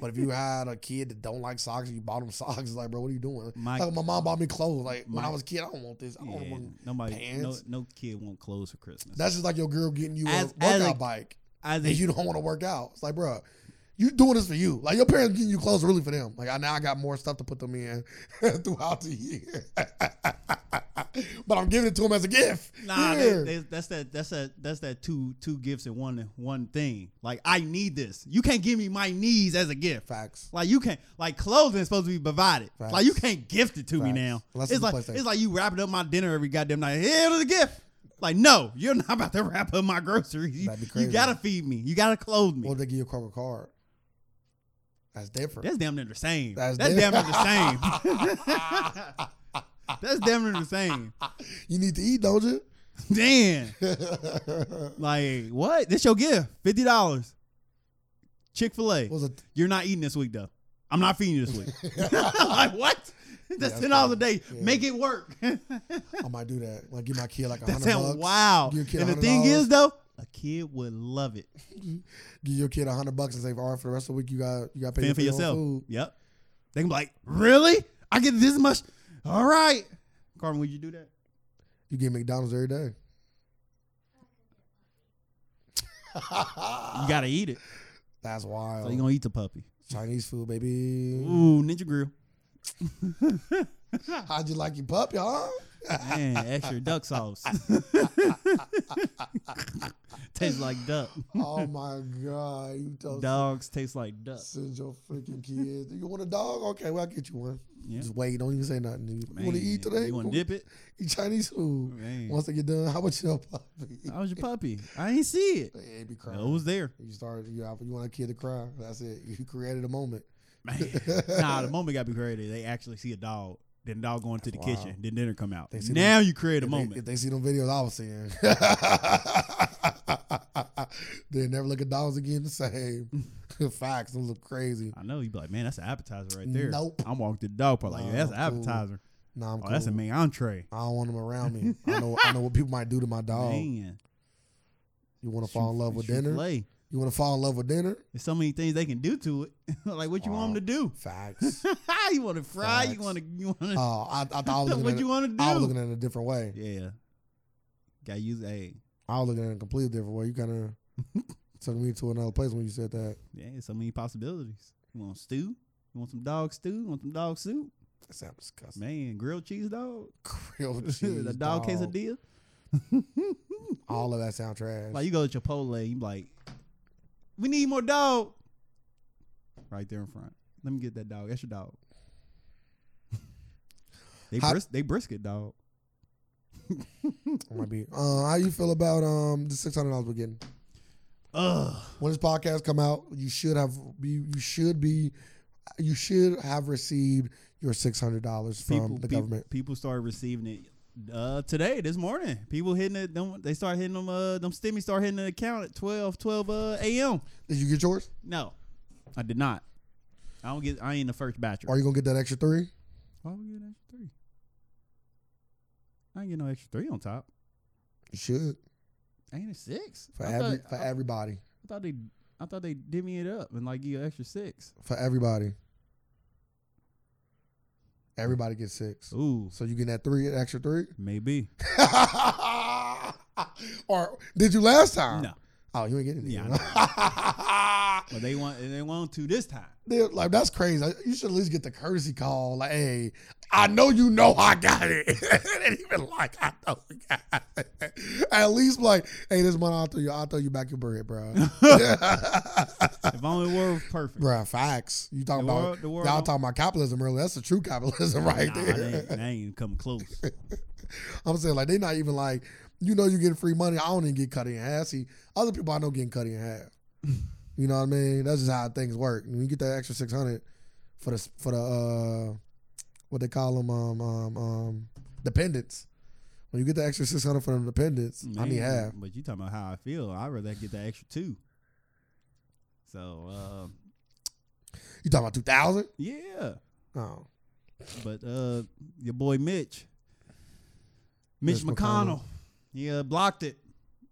B: But if you had a kid that don't like socks and you bought them socks, it's like, bro, what are you doing?
A: My-
B: My, like, my mom bought me clothes. Like when
A: my-
B: I was a kid, I don't want this. I don't
A: yeah,
B: want.
A: nobody, no,
B: pants.
A: no kid want clothes for Christmas.
B: That's just like your girl getting you
A: As-
B: a
A: as
B: workout
A: a-
B: bike
A: I
B: and
A: think
B: you don't want to work out. It's like, bro, you doing this for you. Like your parents getting you clothes really for them. Like I now I got more stuff to put them in throughout the year, but I'm giving it to them as a gift.
A: Nah,
B: Yeah.
A: that- that- that's that. That's that. That's that. Two two gifts in one one thing. Like I need this. You can't give me my needs as a gift.
B: facts.
A: Like you can't. Like clothing is supposed to be provided.
B: Facts.
A: Like you can't gift it to me
B: Facts.
A: now.
B: Unless
A: it's
B: it's a
A: like
B: PlayStation.
A: it's like you wrapping up my dinner every goddamn night. Here's a gift. Like no, you're not about to wrap up my groceries. You,
B: That'd be
A: you
B: crazy.
A: gotta feed me. You gotta clothe me.
B: What if they give you a corporate card? That's different.
A: that's damn near the same. That's,
B: That's
A: damn
B: different.
A: near the same. that's damn near the same.
B: You need to eat, don't you?
A: Damn. Like what? This your gift? Fifty dollars. Chick Fil A.
B: was it?
A: You're not eating this week though. I'm not feeding you this week. like what? That's
B: that's
A: ten dollars a day.
B: crazy. Yeah.
A: Make it work.
B: I might do that. Like give my kid like a
A: That's
B: hundred
A: how
B: bucks.
A: wow.
B: Give your kid
A: And the
B: $100.
A: thing is though, a kid would love it.
B: Give your kid a hundred bucks and say, all right, for the rest of the week, you got you got to pay
A: Fend for
B: for your own
A: yourself.
B: food.
A: Yep. They can be like, really? I get this much. All right. Carmen, would you do that?
B: You get McDonald's every day.
A: You gotta eat it.
B: That's
A: So
B: wild.
A: you gonna eat the puppy.
B: Chinese food, baby.
A: Ooh, Ninja Grill.
B: How'd you like your puppy, huh?
A: Man, extra duck sauce. Tastes like duck.
B: oh my god, you don't
A: Dogs taste like duck.
B: send your freaking kids. You want a dog? Okay, well I'll get you one.
A: Yeah.
B: Just wait. Don't even say nothing. You want to eat
A: Man,
B: today?
A: You want to dip it?
B: Eat Chinese food.
A: Man.
B: Once they get done, how about your puppy?
A: I was your puppy. I ain't see it.
B: It be
A: I
B: crying.
A: was there.
B: You started. You you want a kid to cry? That's it. You created a moment.
A: Man. Nah, the moment got to be created. They actually see a dog. Then the dog going to the
B: Wow.
A: kitchen. Then dinner come out.
B: They see
A: Now you create a
B: If they-
A: moment.
B: if they see them videos I was seeing, they never look at dogs again the same. Facts, those look crazy.
A: I know. You be like, man, that's an appetizer right there.
B: Nope.
A: I'm walking to the dog park like, yeah,
B: Nah,
A: that's an
B: I'm cool.
A: appetizer.
B: Nah, I'm
A: Oh,
B: cool.
A: that's a main entree.
B: I don't want them around me. I know. I know what people might do to my dog.
A: Man.
B: You want to fall in love with dinner?
A: Play.
B: You want to fall in love with dinner?
A: There's so many things they can do to it. like, what you want them to do?
B: Facts.
A: you want to fry? You
B: Facts.
A: want to? You want
B: Oh,
A: to?
B: I, I thought I was looking.
A: what
B: At
A: you
B: it,
A: want to do?
B: I was looking at it a different way.
A: yeah. Got to use a.
B: I was looking at it a completely different way. You kind of took me to another place when you said that.
A: Yeah, so many possibilities. You want stew? You want some dog stew? You want some dog soup?
B: That sounds disgusting.
A: Man, grilled cheese dog.
B: Grilled cheese,
A: the dog,
B: dog.
A: quesadilla.
B: All of that sound trash.
A: Like you go to Chipotle, you like, we need more dog. Right there in front. Let me get that dog. That's your dog. They
B: How-
A: bris- they brisket dog.
B: I might be. Uh, how you feel about um the six hundred dollars we're getting?
A: Ugh.
B: When this podcast come out, you should have you, you should be you should have received your six hundred dollars from
A: People,
B: the
A: peop-
B: government.
A: people started receiving it uh, today, this morning. People hitting it. Them, they start hitting them. Uh, them stimmy start hitting the account at 12, 12 uh, a.m.
B: Did you get yours?
A: No, I did not. I don't get. I ain't the first batcher.
B: Are you gonna get that extra three?
A: Why would we get an extra three? I ain't get no extra three on top.
B: You should
A: Ain't it six?
B: for
A: I
B: every
A: thought,
B: for
A: I,
B: everybody
A: I thought they. I thought they did me it up and like give you an extra six.
B: for everybody. Everybody gets six.
A: Ooh,
B: So you getting that three, that extra three?
A: maybe.
B: or did you last time?
A: No,
B: Oh, you ain't getting it.
A: Yeah, but they want. They want to this time.
B: They're like that's crazy. Like, You should at least get the courtesy call. Like, hey, I know you know I got it. and even like I know we got it. At least like, hey, this month I'll throw you, I'll throw you back your bread, bro.
A: If only the world was perfect.
B: Bruh, facts. You talking
A: The
B: about
A: world- the world
B: y'all
A: don't-
B: talking about capitalism earlier? That's the true capitalism right
A: nah,
B: there.
A: they ain't, they ain't come close.
B: I'm saying like they not even like you know you getting free money. I don't even get cut in half. See, other people I know getting cut in half. you know what I mean? That's just how things work. When you get that extra six hundred for the for the uh, what they call them um um um dependents. When you get the extra six hundred for them dependents, I need
A: Man,
B: half.
A: But you talking about how I feel? I'd rather get that extra two. So uh,
B: You talking about two thousand?
A: yeah,
B: Oh,
A: but uh, your boy Mitch, Mitch
B: Mitch
A: McConnell,
B: McConnell.
A: he uh, blocked it.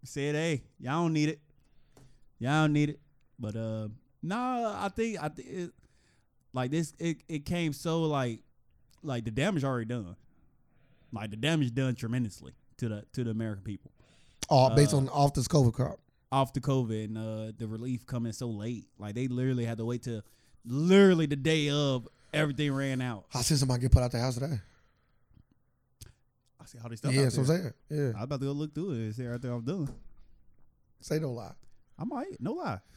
A: Said, "Hey, y'all don't need it. Y'all don't need it." But uh, nah, I think I think it, like this. It it came so like like the damage already done. Like the damage done tremendously to the to the American people.
B: oh, based
A: Uh,
B: on off this COVID crop.
A: off the COVID and uh, the relief coming so late. Like they literally had to wait till literally the day of everything ran out.
B: I seen somebody get put out the house today.
A: I see all this
B: Yeah,
A: stuff.
B: yeah,
A: out
B: so I'm
A: there.
B: saying, yeah,
A: I'm about to go look through it and see everything I'm doing.
B: say no lie.
A: I might, no lie.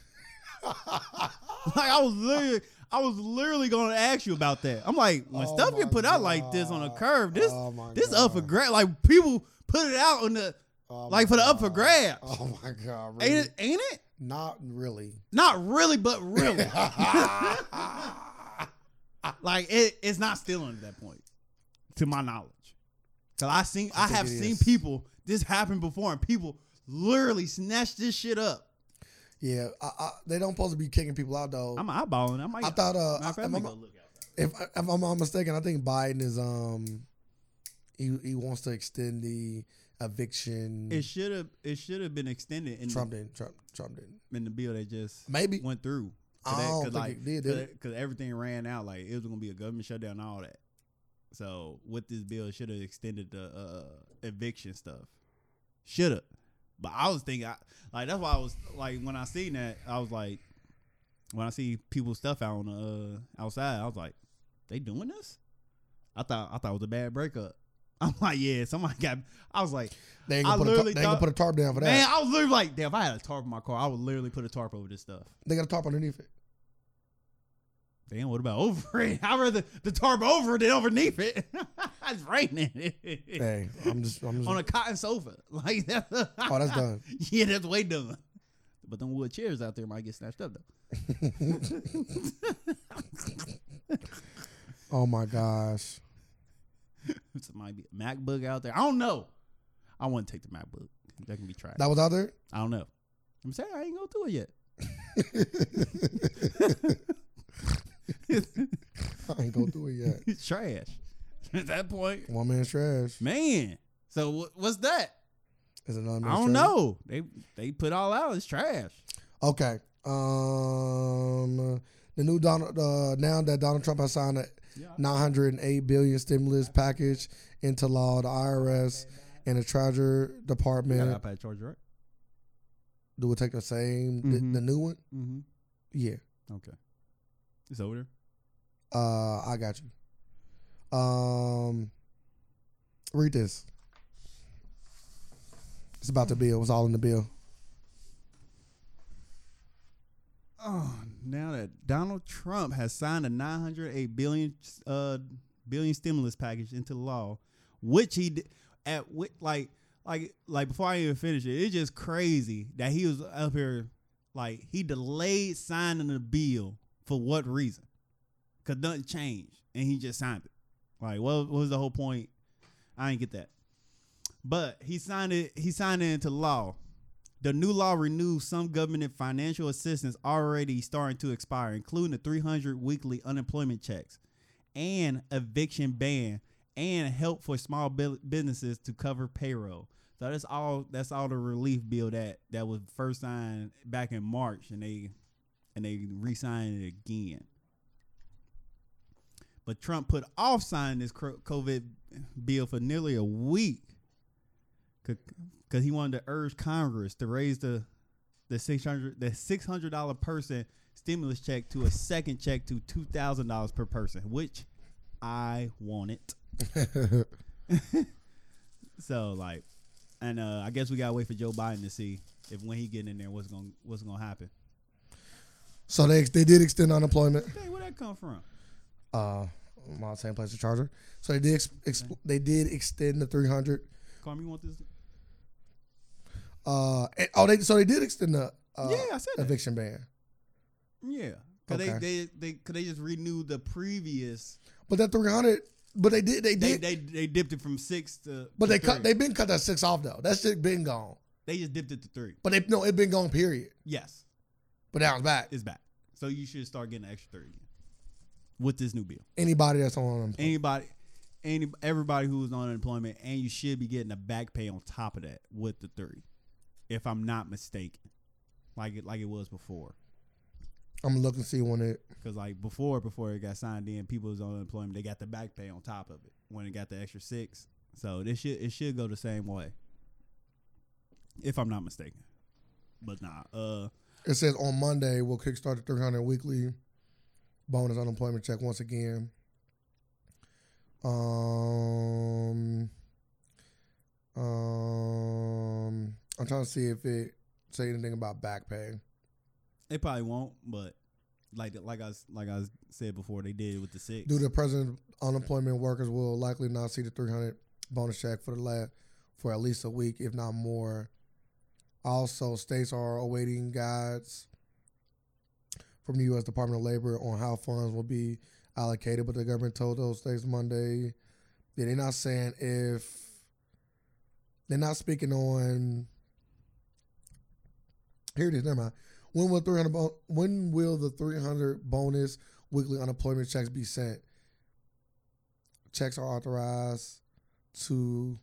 B: Oh
A: Like I was literally, I was literally gonna ask you about that. I'm like, when
B: Oh
A: stuff
B: my
A: get put out like this on a
B: God.
A: curve, this
B: Oh my
A: this up for
B: God.
A: grab. Like people put it out on the,
B: Oh
A: like
B: my
A: for the up for
B: God.
A: grabs.
B: Oh my god, really?
A: ain't it? Ain't it?
B: Not really.
A: Not really, but really. like it, it's not stealing at that point, to my knowledge. Cause I seen,
B: I
A: I,
B: think
A: have
B: it
A: seen
B: is.
A: people. This happened before, and people literally snatch this shit up.
B: yeah, I, I, they don't supposed to be kicking people out though.
A: I'm eyeballing. I might.
B: I thought,
A: matter
B: uh,
A: of fact,
B: if
A: let me
B: I'm,
A: go look out.
B: if, if I'm not mistaken, I think Biden is um, he he wants to extend the eviction.
A: It should have. It should have been extended in
B: Trump didn't. Trump Trump didn't.
A: the, in the bill that just
B: Maybe
A: went through.
B: I don't think
A: like,
B: it did, did it?
A: Because everything ran out. Like it was gonna be a government shutdown and all that. So with this bill, it should have extended the uh, eviction stuff. Should have. But I was thinking, I, like that's why I was like when I seen that, I was like, when I see people's stuff out on the uh, outside, I was like, they doing this? I thought I thought it was a bad breakup. I'm like, yeah, somebody got. I was like,
B: they ain't
A: I
B: gonna, put a, tar-
A: literally
B: they ain't
A: thought-
B: gonna put a tarp down for that.
A: man, I was literally like, damn, if I had a tarp in my car, I would literally put a tarp over this stuff.
B: They got a tarp underneath it.
A: Damn, what about over it? I'd rather the tarp over it than underneath it. it's raining.
B: Hey, I'm just I'm just.
A: On a cotton sofa. Like that.
B: oh, that's done.
A: yeah, that's way done. But them wood chairs out there might get snatched up though.
B: Oh my gosh.
A: It might be a MacBook out there. I don't know. I wouldn't take the MacBook. That can be tried.
B: That was out there.
A: I don't know. I'm saying I ain't go through it yet.
B: I ain't gonna do it yet.
A: It's trash. At that point,
B: One man's trash.
A: man. So what, what's that?
B: Is it another
A: I
B: man's
A: don't
B: trash?
A: know. They they put all out. It's trash.
B: Okay. Um, the new Donald uh, now that Donald Trump has signed a 908 billion stimulus package into law, the IRS and the Treasury
A: Got an
B: Department
A: iPad charger, right?
B: do will take the same the-
A: Mhm.
B: the, new one.
A: Mm-hmm.
B: Yeah,
A: Okay. It's over there.
B: uh, I got you. Um, read this. It's about the bill. It's all in the bill.
A: Oh, now that Donald Trump has signed a 908 billion uh billion stimulus package into law, which he d- at what like like like before I even finish it, it's just crazy that he was up here like he delayed signing the bill for what reason? Cause nothing changed and he just signed it. Like what, what was the whole point? I ain't get that. But he signed it he signed it into law. The new law renews some government and financial assistance already starting to expire, including the 300 weekly unemployment checks and eviction ban and help for small bu- businesses to cover payroll. So that's all that's all the relief bill that that was first signed back in March and they and they re-signed it again. But Trump put off signing this cro- COVID bill for nearly a week because he wanted to urge Congress to raise the the six hundred the six hundred dollar person stimulus check to a second check to two thousand dollars per person, which I want it. So like, and uh, I guess we gotta wait for Joe Biden to see if when he get in there, what's gonna what's gonna happen.
B: so they they did extend unemployment.
A: Hey, where that come from?
B: Uh, my same place as Charger. So they did ex- ex- they did extend the 300.
A: Carm, you want this?
B: Uh, and- oh, they so they did extend the uh,
A: yeah, I said that.
B: eviction ban.
A: Yeah, cause
B: Okay.
A: they they they cause they just renewed the previous.
B: But that 300, but they did they
A: They
B: did.
A: they, they dipped it from six to.
B: but
A: to
B: they cut.
A: three.
B: They've been cut that six off though. That shit been gone.
A: they just dipped it to three.
B: But they no, it been gone. Period.
A: Yes,
B: But now it's back.
A: it's back. So you should start getting an extra three again with this new bill.
B: Anybody that's on unemployment.
A: anybody any everybody who's on unemployment and you should be getting a back pay on top of that with the three if i'm not mistaken like it like it was before
B: I'm gonna look and see when it.
A: because like before before it got signed in people was on unemployment they got the back pay on top of it when it got the extra six so this should it should go the same way if i'm not mistaken but nah uh
B: It says on Monday we'll kickstart the 300 weekly bonus unemployment check once again. Um, um, I'm trying to see if it say anything about back pay.
A: it probably won't but like like i s- like i s- said before they did with the six
B: Due to present unemployment, workers will likely not see the 300 bonus check for the last for at least a week, if not more. Also, states are awaiting guides from the U.S. Department of Labor on how funds will be allocated, but the government told those states Monday that they're not saying if they're not speaking on. Here it is. Never mind. When will 300 bon- when will the 300 bonus weekly unemployment checks be sent. Checks are authorized to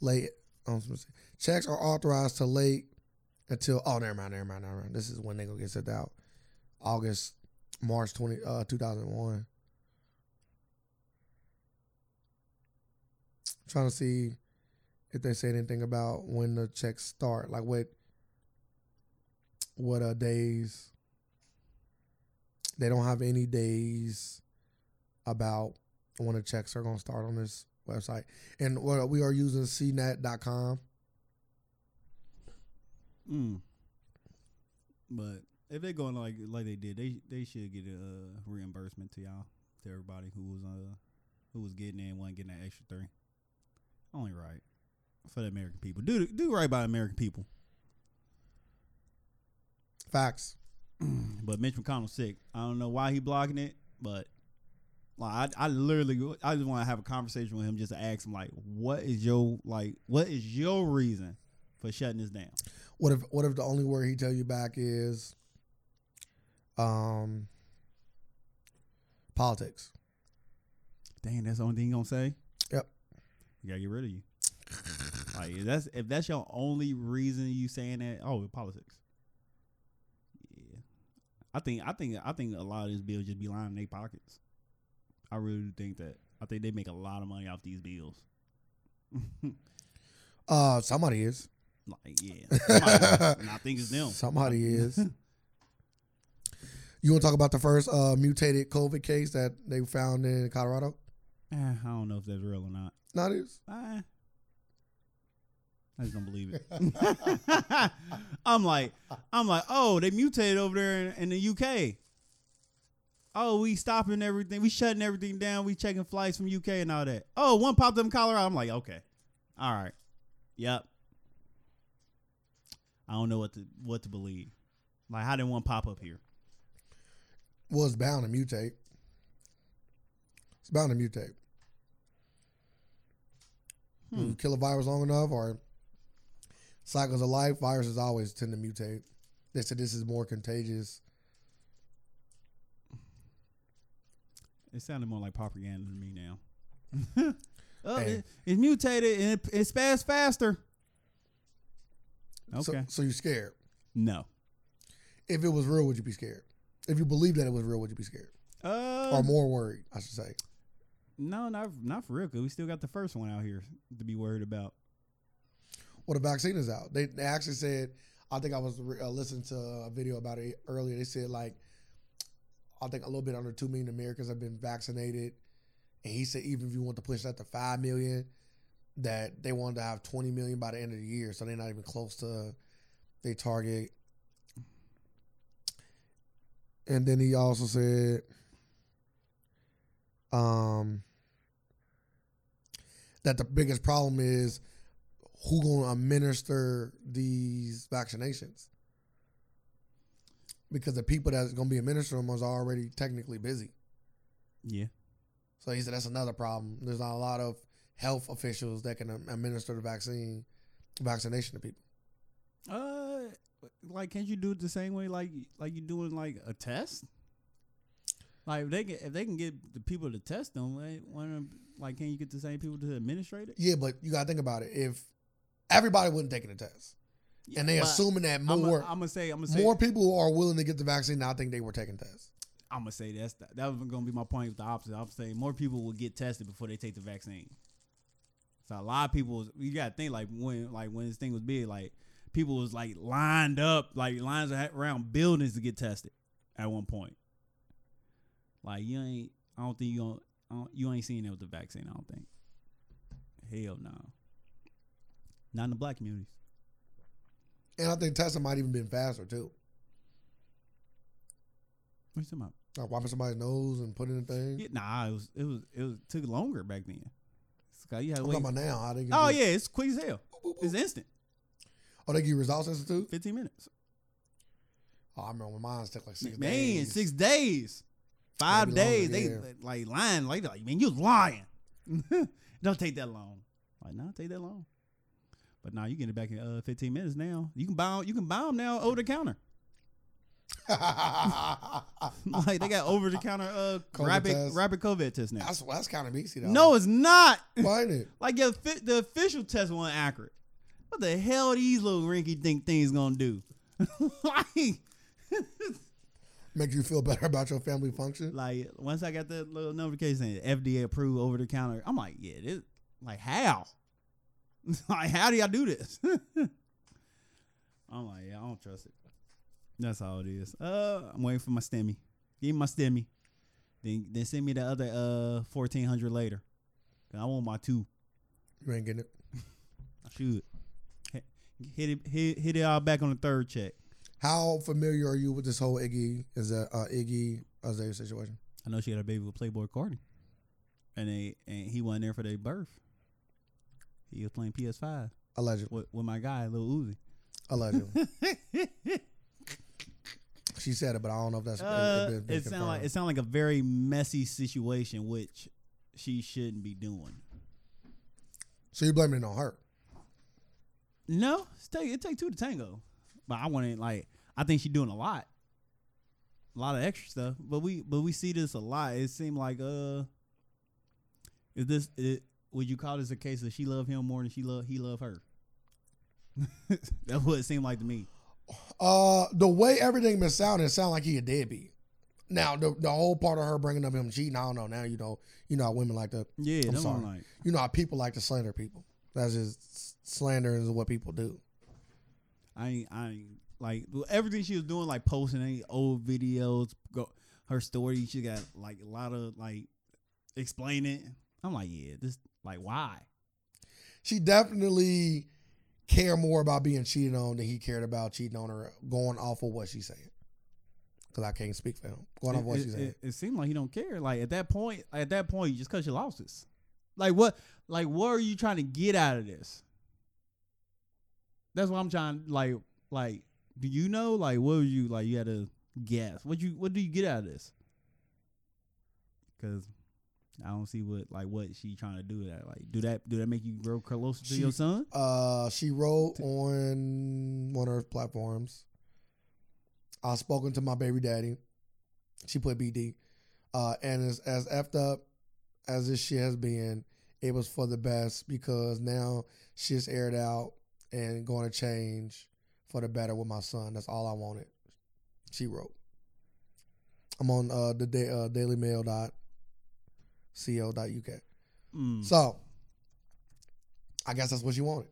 B: late. um, I was gonna say- Checks are authorized to late until. Oh, never mind, never mind, never mind. This is when they gonna get sent out. August, March twenty, uh, two thousand one. Trying to see if they say anything about when the checks start, like what, what uh days they don't have any days about when the checks are going to start on this website. And what we are using cnet.com.
A: Mm. But if they're going like like they did, they they should get a uh, reimbursement to y'all to everybody who was uh who was getting in wasn't getting that extra three. Only right for the American people. Do do right by American people.
B: Facts.
A: but Mitch McConnell's sick. I don't know why he blocking it, but like I, I literally I just want to have a conversation with him just to ask him like what is your like what is your reason for shutting this down?
B: What if what if the only word he tell you back is um politics?
A: Dang, that's the only thing you gonna say.
B: Yep.
A: We gotta get rid of you. like if that's if that's your only reason you saying that, oh politics. Yeah. I think I think I think a lot of these bills just be lying in their pockets. I really do think that. I think they make a lot of money off these bills.
B: Uh somebody is.
A: like, yeah. Somebody- and I think it's them.
B: Somebody is. You want to talk about the first uh, mutated COVID case that they found in Colorado?
A: Eh, I don't know if that's real or not.
B: Not is.
A: I, I just don't believe it. I'm like, I'm like, oh, they mutated over there in, in the UK. Oh, we stopping everything. We shutting everything down. We checking flights from UK and all that. Oh, one popped up in Colorado. I'm like, okay, All right. Yep. I don't know what to what to believe. Like, how did one pop up here?
B: Well, it's bound to mutate. It's bound to mutate. When
A: Hmm.
B: You kill a virus long enough, or cycles of life, viruses always tend to mutate. They said this is more contagious.
A: It sounded more like propaganda to me now. oh,
B: Hey.
A: it, it's mutated and it, it spazz faster. Okay.
B: So, so you're scared.
A: no.
B: If it was real, would you be scared? If you believe that it was real, would you be scared?
A: Uh,
B: or more worried, I should say.
A: no, not not for real. 'cause we still got the first one out here to be worried about.
B: Well, the vaccine is out. They, they actually said, I think I was re- uh, listening to a video about it earlier. They said, like, I think a little bit under 2 million Americans have been vaccinated. And he said, even if you want to push that to 5 million, that they wanted to have 20 million by the end of the year. So they're not even close to their target. And then he also said, um, that the biggest problem is who gonna administer these vaccinations? Because the people that's gonna be administering them is already technically busy.
A: Yeah.
B: So he said that's another problem. There's not a lot of health officials that can um, administer the vaccine vaccination to people.
A: Uh, like, can't you do it the same way? Like, like you doing like a test? Like, if they can, if they can get the people to test them, like, one of them- like, can you get the same people to administrate it?
B: Yeah, but you gotta think about it. If everybody wasn't taking the test, and they
A: But
B: assuming that
A: I'm
B: more
A: gonna say, I'm gonna say,
B: more people are willing to get the vaccine, I think they were taking tests.
A: I'm gonna say that's that was gonna be my point with the opposite. I'm saying more people will get tested before they take the vaccine. So a lot of people, was- you gotta think like when like when this thing was big, like people was like lined up, like lines around buildings to get tested at one point. Like you ain't, I don't think you gonna, I don't, you ain't seen that with the vaccine. I don't think. Hell no. Not in the black communities.
B: And I think testing might even been faster too.
A: What you talking about?
B: Like wiping somebody's nose and putting in a thing.
A: Yeah, nah, it was it was it was took longer back then. So you had to
B: I'm
A: wait.
B: talking about now. How they can
A: Oh
B: just-
A: yeah, it's quick as hell.
B: boop, boop, boop.
A: It's instant.
B: Oh, they give you results institute.
A: 15 minutes.
B: Oh, I remember when mine took like six
A: man,
B: days.
A: six days. Five
B: Maybe longer,
A: days. they
B: yeah.
A: like lying. Like, they're like, man, you lying. Don't take that long. Like, no, take that long. But now you get it back in uh, 15 minutes now. You can buy 'em- you can buy them now over the counter. like they got over the counter uh
B: COVID
A: rapid
B: test.
A: rapid COVID test now.
B: that's that's kind of easy though.
A: No, it's not.
B: why ain't it?
A: like your fi- the official test wasn't accurate. What the hell these little rinky dink things gonna do? like
B: Make you feel better about your family function.
A: like once I got that little notification saying FDA approved over the counter, I'm like, yeah, this like how? like how do y'all do this? I'm like, yeah, I don't trust it. That's all it is. Uh, I'm waiting for my stemmy. Give me my stemmy. Then then send me the other uh fourteen hundred later. 'Cause I want my two.
B: You ain't getting it.
A: I should Hit- hit it hit hit it all back on the third check.
B: How familiar are you with this whole Iggy is a uh, Iggy Azalea situation?
A: I know she had a baby with Playboy Cardi, and they and he wasn't there for their birth. He was playing PS Five
B: Allegedly,
A: with, with my guy Lil Uzi.
B: allegedly. she said it, but I don't know if that's
A: Uh,
B: been- been
A: it sound like
B: confirmed.
A: it sound like a very messy situation, which she shouldn't be doing.
B: so you blaming it on her?
A: No, it's take, it take two to tango. But I wanted like I think she's doing a lot, a lot of extra stuff. But we but we see this a lot. It seemed like uh, is this it, would you call this a case of she love him more than she love he love her? That's what it seemed like to me.
B: Uh, the way everything been sounding, it sound like he a deadbeat. Now the the whole part of her bringing up him cheating, I don't know. Now you know you know how women like to
A: Yeah,
B: I'm
A: that's what I'm
B: sorry.
A: like.
B: you know how people like to slander people. That's just s- slander is what people do.
A: I ain't, I ain't like well, everything she was doing, like posting any old videos, go her story. She got like a lot of like explaining. I'm like, yeah, this like why?
B: She definitely care more about being cheated on than he cared about cheating on her. Going off of what she's saying, because I can't speak for him. Going off
A: it,
B: what
A: it-
B: she's saying.
A: it- it seemed like he don't care. Like at that point, at that point, you just cut your losses. Like what? Like what are you trying to get out of this? That's what I'm trying. Like like, do you know? Like what would you like? You had to guess. What you what do you get out of this? Because I don't see what like what she trying to do. That like do that do that make you grow closer to
B: She-
A: your son?
B: Uh, she wrote on one of her platforms. I've spoken to my baby daddy. She put BD. Uh, and as, as effed up as this shit has been, it was for the best because now shit's aired out and going to change for the better with my son. That's all I wanted. She wrote. I'm on uh, the da- uh, dailymail.co.uk.
A: Mm.
B: So, I guess that's what she wanted.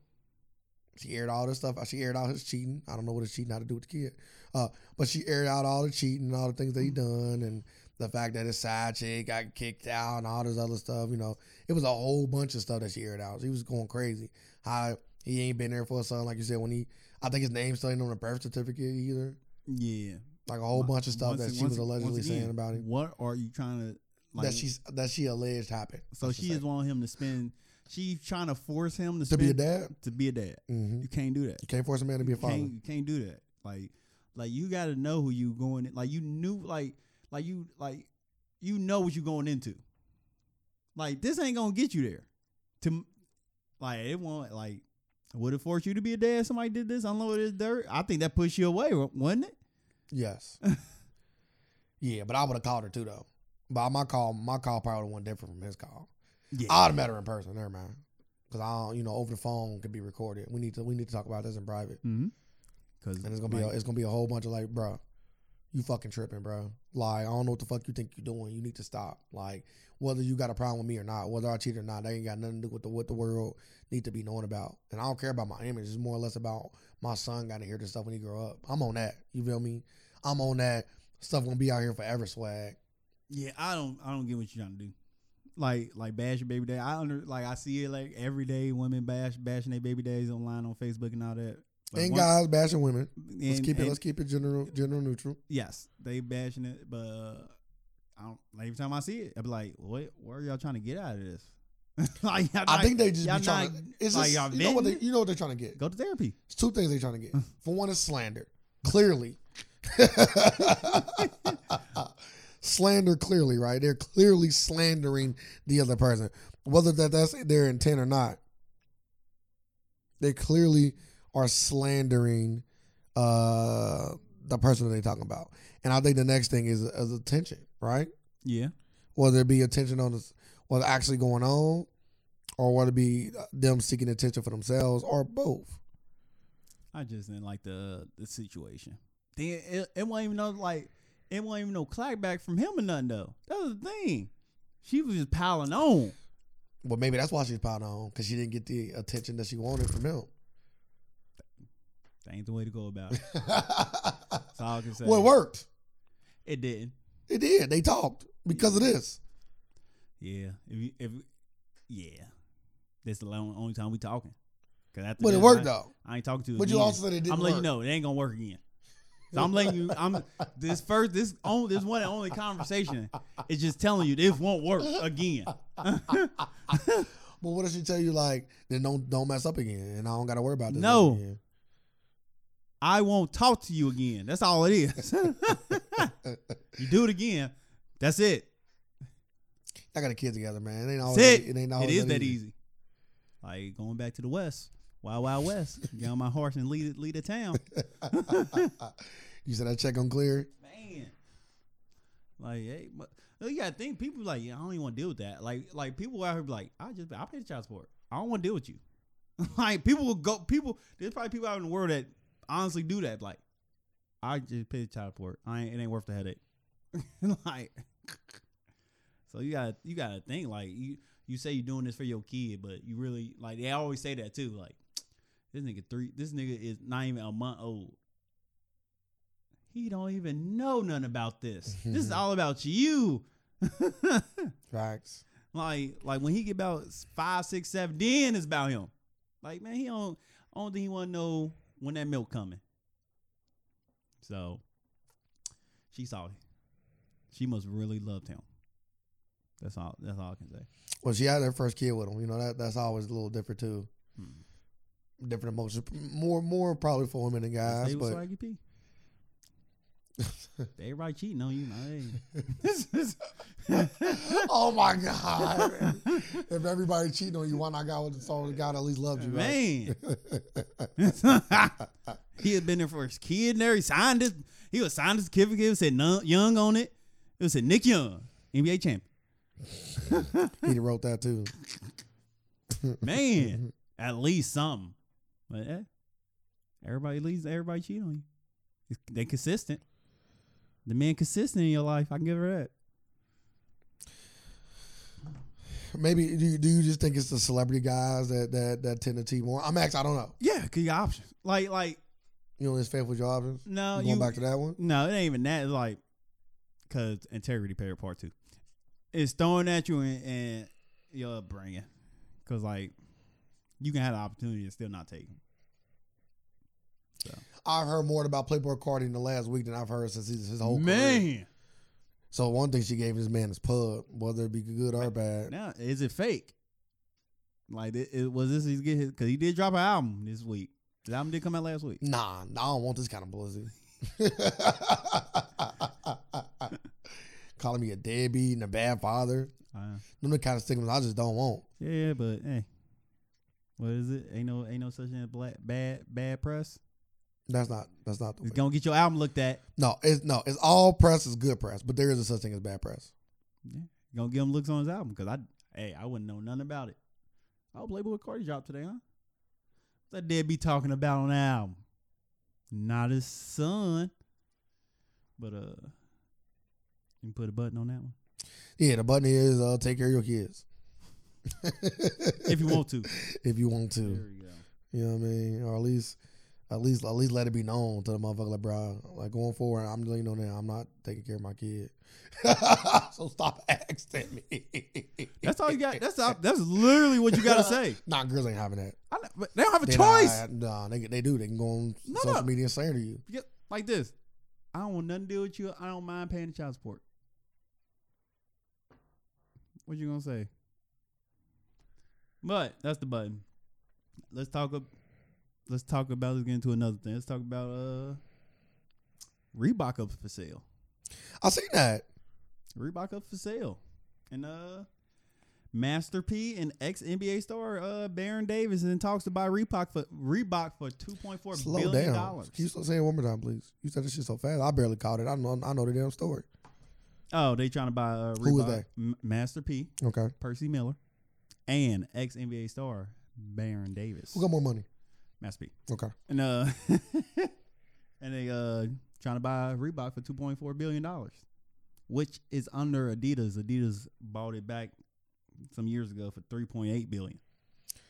B: She aired all this stuff. She aired out his cheating. I don't know what his cheating had to do with the kid, uh, but she aired out all the cheating, all the things
A: Mm.
B: that he done, and the fact that his side chick got kicked out, and all this other stuff. You know, it was a whole bunch of stuff that she aired out. She was going crazy. How he ain't been there for his son, like you said. When he, I think his name's still ain't on the birth certificate either.
A: yeah,
B: Like a whole bunch of stuff
A: Once-
B: that she
A: once-
B: was allegedly
A: once again,
B: saying about him
A: What are you trying to like?
B: that she's that she alleged happened.
A: so
B: I should
A: she
B: say.
A: just want him to spend. She trying to force him to,
B: to
A: spend,
B: be a dad.
A: To be a dad,
B: hmm
A: you can't do that.
B: You can't force a man to be a father.
A: Can't, you can't do that. Like, like you got to know who you going. In. Like you knew, like, like you, like you know what you going into. Like this ain't gonna get you there. To, m- like it won't. Like would it force you to be a dad? if Somebody did this, unloaded his dirt. I think that pushed you away, wa- wasn't it?
B: Yes. yeah, but I would have called her too though. But my call, my call probably would've went different from his call.
A: Yeah.
B: I'd have met her in person. Never mind, because I, don't, you know, over the phone could be recorded. We need to, we need to talk about this in private.
A: mm-hmm. Cause
B: And it's gonna be, a,
A: like,
B: it's gonna be a whole bunch of like, bruh, you fucking tripping, bruh. Like I don't know what the fuck you think you're doing. You need to stop. Like whether you got a problem with me or not, whether I cheated or not, that ain't got nothing to do with the what the world need to be known about. And I don't care about my image. It's more or less about my son got to hear this stuff when he grow up. I'm on that. You feel me? I'm on that. Stuff gonna be out here forever. Swag.
A: Yeah, I don't I don't get what you're trying to do. Like like bash your baby dad. I under like I see it like every day women bash bashing their baby dads online on Facebook and all that. But
B: and
A: one-
B: guys bashing women. Let's
A: and-
B: keep it.
A: and-
B: let's keep it general, general neutral.
A: yes, they bashing it, but uh, I don't like, every time I see it, I be like, what what are y'all trying to get out of this? like y'all
B: I
A: not-
B: think they just
A: y'all
B: be trying.
A: not-
B: to, it's
A: like,
B: just,
A: y'all
B: you know what they,
A: venting?
B: you know what they're trying to get.
A: go to therapy.
B: It's two things they're trying to get. For one, is slander. Clearly. slander clearly, right? They're clearly slandering the other person. Whether that that's their intent or not. They clearly are slandering uh the person that they're talking about. And I think the next thing is, is attention, right?
A: Yeah.
B: whether it be attention on this, what's actually going on, or whether it be uh, them seeking attention for themselves, or both.
A: I just didn't like the the situation. Then it, it wasn't even no like it wasn't even no clackback from him or nothing though. That was the thing. She was just piling on.
B: But maybe that's why she's piling on because she didn't get the attention that she wanted from him.
A: That ain't the way to go about it. That's all I can say.
B: well, it worked.
A: It didn't.
B: It did. They talked because of this.
A: Yeah. If you, if yeah, that's the only, only time we talking. Cause after
B: But it
A: this,
B: worked
A: I,
B: though.
A: I ain't talking to.
B: But you
A: again.
B: also said it didn't
A: I'm letting
B: work.
A: you know it ain't gonna work again. So I'm letting you. I'm this first. This on this one and only conversation is just telling you this won't work again.
B: But what if she tell you like, then don't don't mess up again, and I don't got to worry about this.
A: No.
B: again?
A: I won't talk to you again. That's all it is. you do it again. That's it.
B: I got a kid together, man. It ain't
A: That's
B: always.
A: it.
B: ain't always
A: it is that easy. Like going back to the West, Wild Wild West. Get on my horse and lead lead a town.
B: you said I check on clear.
A: man. Like, hey, but look, you gotta think people like, yeah, I don't even want to deal with that. Like, like people out here be like, I just, I pay the child support. I don't want to deal with you. like, people will go, people. There's probably people out in the world that honestly do that. Like, I just pay the child support. I ain't, it ain't worth the headache. like, so you gotta, you gotta think. Like, you, you say you're doing this for your kid, but you really like they always say that too. Like, this nigga three, this nigga is not even a month old. He don't even know nothing about this. this is all about you.
B: Facts.
A: Like, like when he get about five, six, seven, then it's about him. Like, man, he don't. I don't think he want to know when that milk coming. So, she saw it. She must really loved him. That's all. That's all I can say.
B: Well, she had her first kid with him. You know that that's always a little different too.
A: Hmm.
B: Different emotions, more more probably for women than guys.
A: Stay with
B: But
A: Swaggy P. Everybody cheating on you, man.
B: oh my god, man. if everybody cheating on you, why not God with the soul God at least loved you, right?
A: man. he had been there for his kid and there. He signed his he was signed his certificate. It said Nun- Young on it. It was said Nick Young, NBA champion.
B: he wrote that too.
A: Man, at least something. But eh, everybody leaves everybody cheat on you. It's- They consistent. The man consistent in your life. I can give her that.
B: Maybe do you, do you just think it's the celebrity guys that that that tend to cheat more? I'm actually I don't know.
A: Yeah, cause you got options. Like like
B: You know, it's faithful jobs.
A: no
B: You
A: you
B: going back to that one.
A: No, it ain't even that. It's like, cause integrity paired part two. It's thrown at you and, and your upbringing, cause like you can have the opportunity and still not take it.
B: I've heard more about Playboy Cardi in the last week than I've heard since his, his whole career.
A: Man,
B: So one thing she gave this man is pub, whether it be good or bad.
A: now is it fake? Like it, it was this he's get his cause he did drop an album this week. The album did come out last week.
B: Nah, nah, I don't want this kind of blizzard. Calling me a deadbeat and a bad father.
A: Uh,
B: Them the kind of stigmas I just don't want.
A: yeah, but hey, what is it? Ain't no ain't no such thing as black bad bad press.
B: That's not that's not the way.
A: It's gonna get your album looked at.
B: No, it's no, it's all press is good press, but there is a such thing as bad press.
A: gonna give him looks on his album because I, hey, I wouldn't know nothing about it. Oh, Playboy Cardi dropped today, huh? What's That dead be talking about on the album, not his son, but uh, you can put a button on that one
B: Yeah, the button is uh, take care of your kids.
A: if you want to.
B: if you want
A: there
B: to.
A: we go.
B: You know what I mean? Or at least, at least, at least let it be known to the motherfucker, like, bro, like going forward, I'm letting you know now, I'm not taking care of my kid. so stop asking me.
A: That's all you got. That's all, that's literally what you gotta say.
B: Nah, girls ain't having that.
A: I, don't- but they don't have a
B: They
A: choice.
B: not- nah, they they do. They can go on
A: No,
B: social
A: no.
B: media and say it to you.
A: Yeah, like this. I don't want nothing to do with you. I don't mind paying the child support. What you gonna say? But that's the button. Let's talk. ab- Let's talk about. Let's get into another thing. Let's talk about uh, Reebok up for sale.
B: I seen that.
A: Reebok up for sale, and uh, Master P and ex NBA star uh Baron Davis is in talks to buy Reebok for Reebok for two point four
B: Slow
A: billion
B: down.
A: dollars.
B: Can you say it one more time, please? You said this shit so fast. I barely caught it. I know. I know the damn story.
A: Oh, they trying to buy uh, Reebok.
B: Who is they?
A: M- Master P,
B: Okay.
A: Percy Miller, and ex NBA star Baron Davis.
B: Who got more money?
A: Master P,
B: Okay.
A: and uh, and they uh trying to buy Reebok for two point four billion dollars, which is under Adidas. Adidas bought it back some years ago for three point eight billion.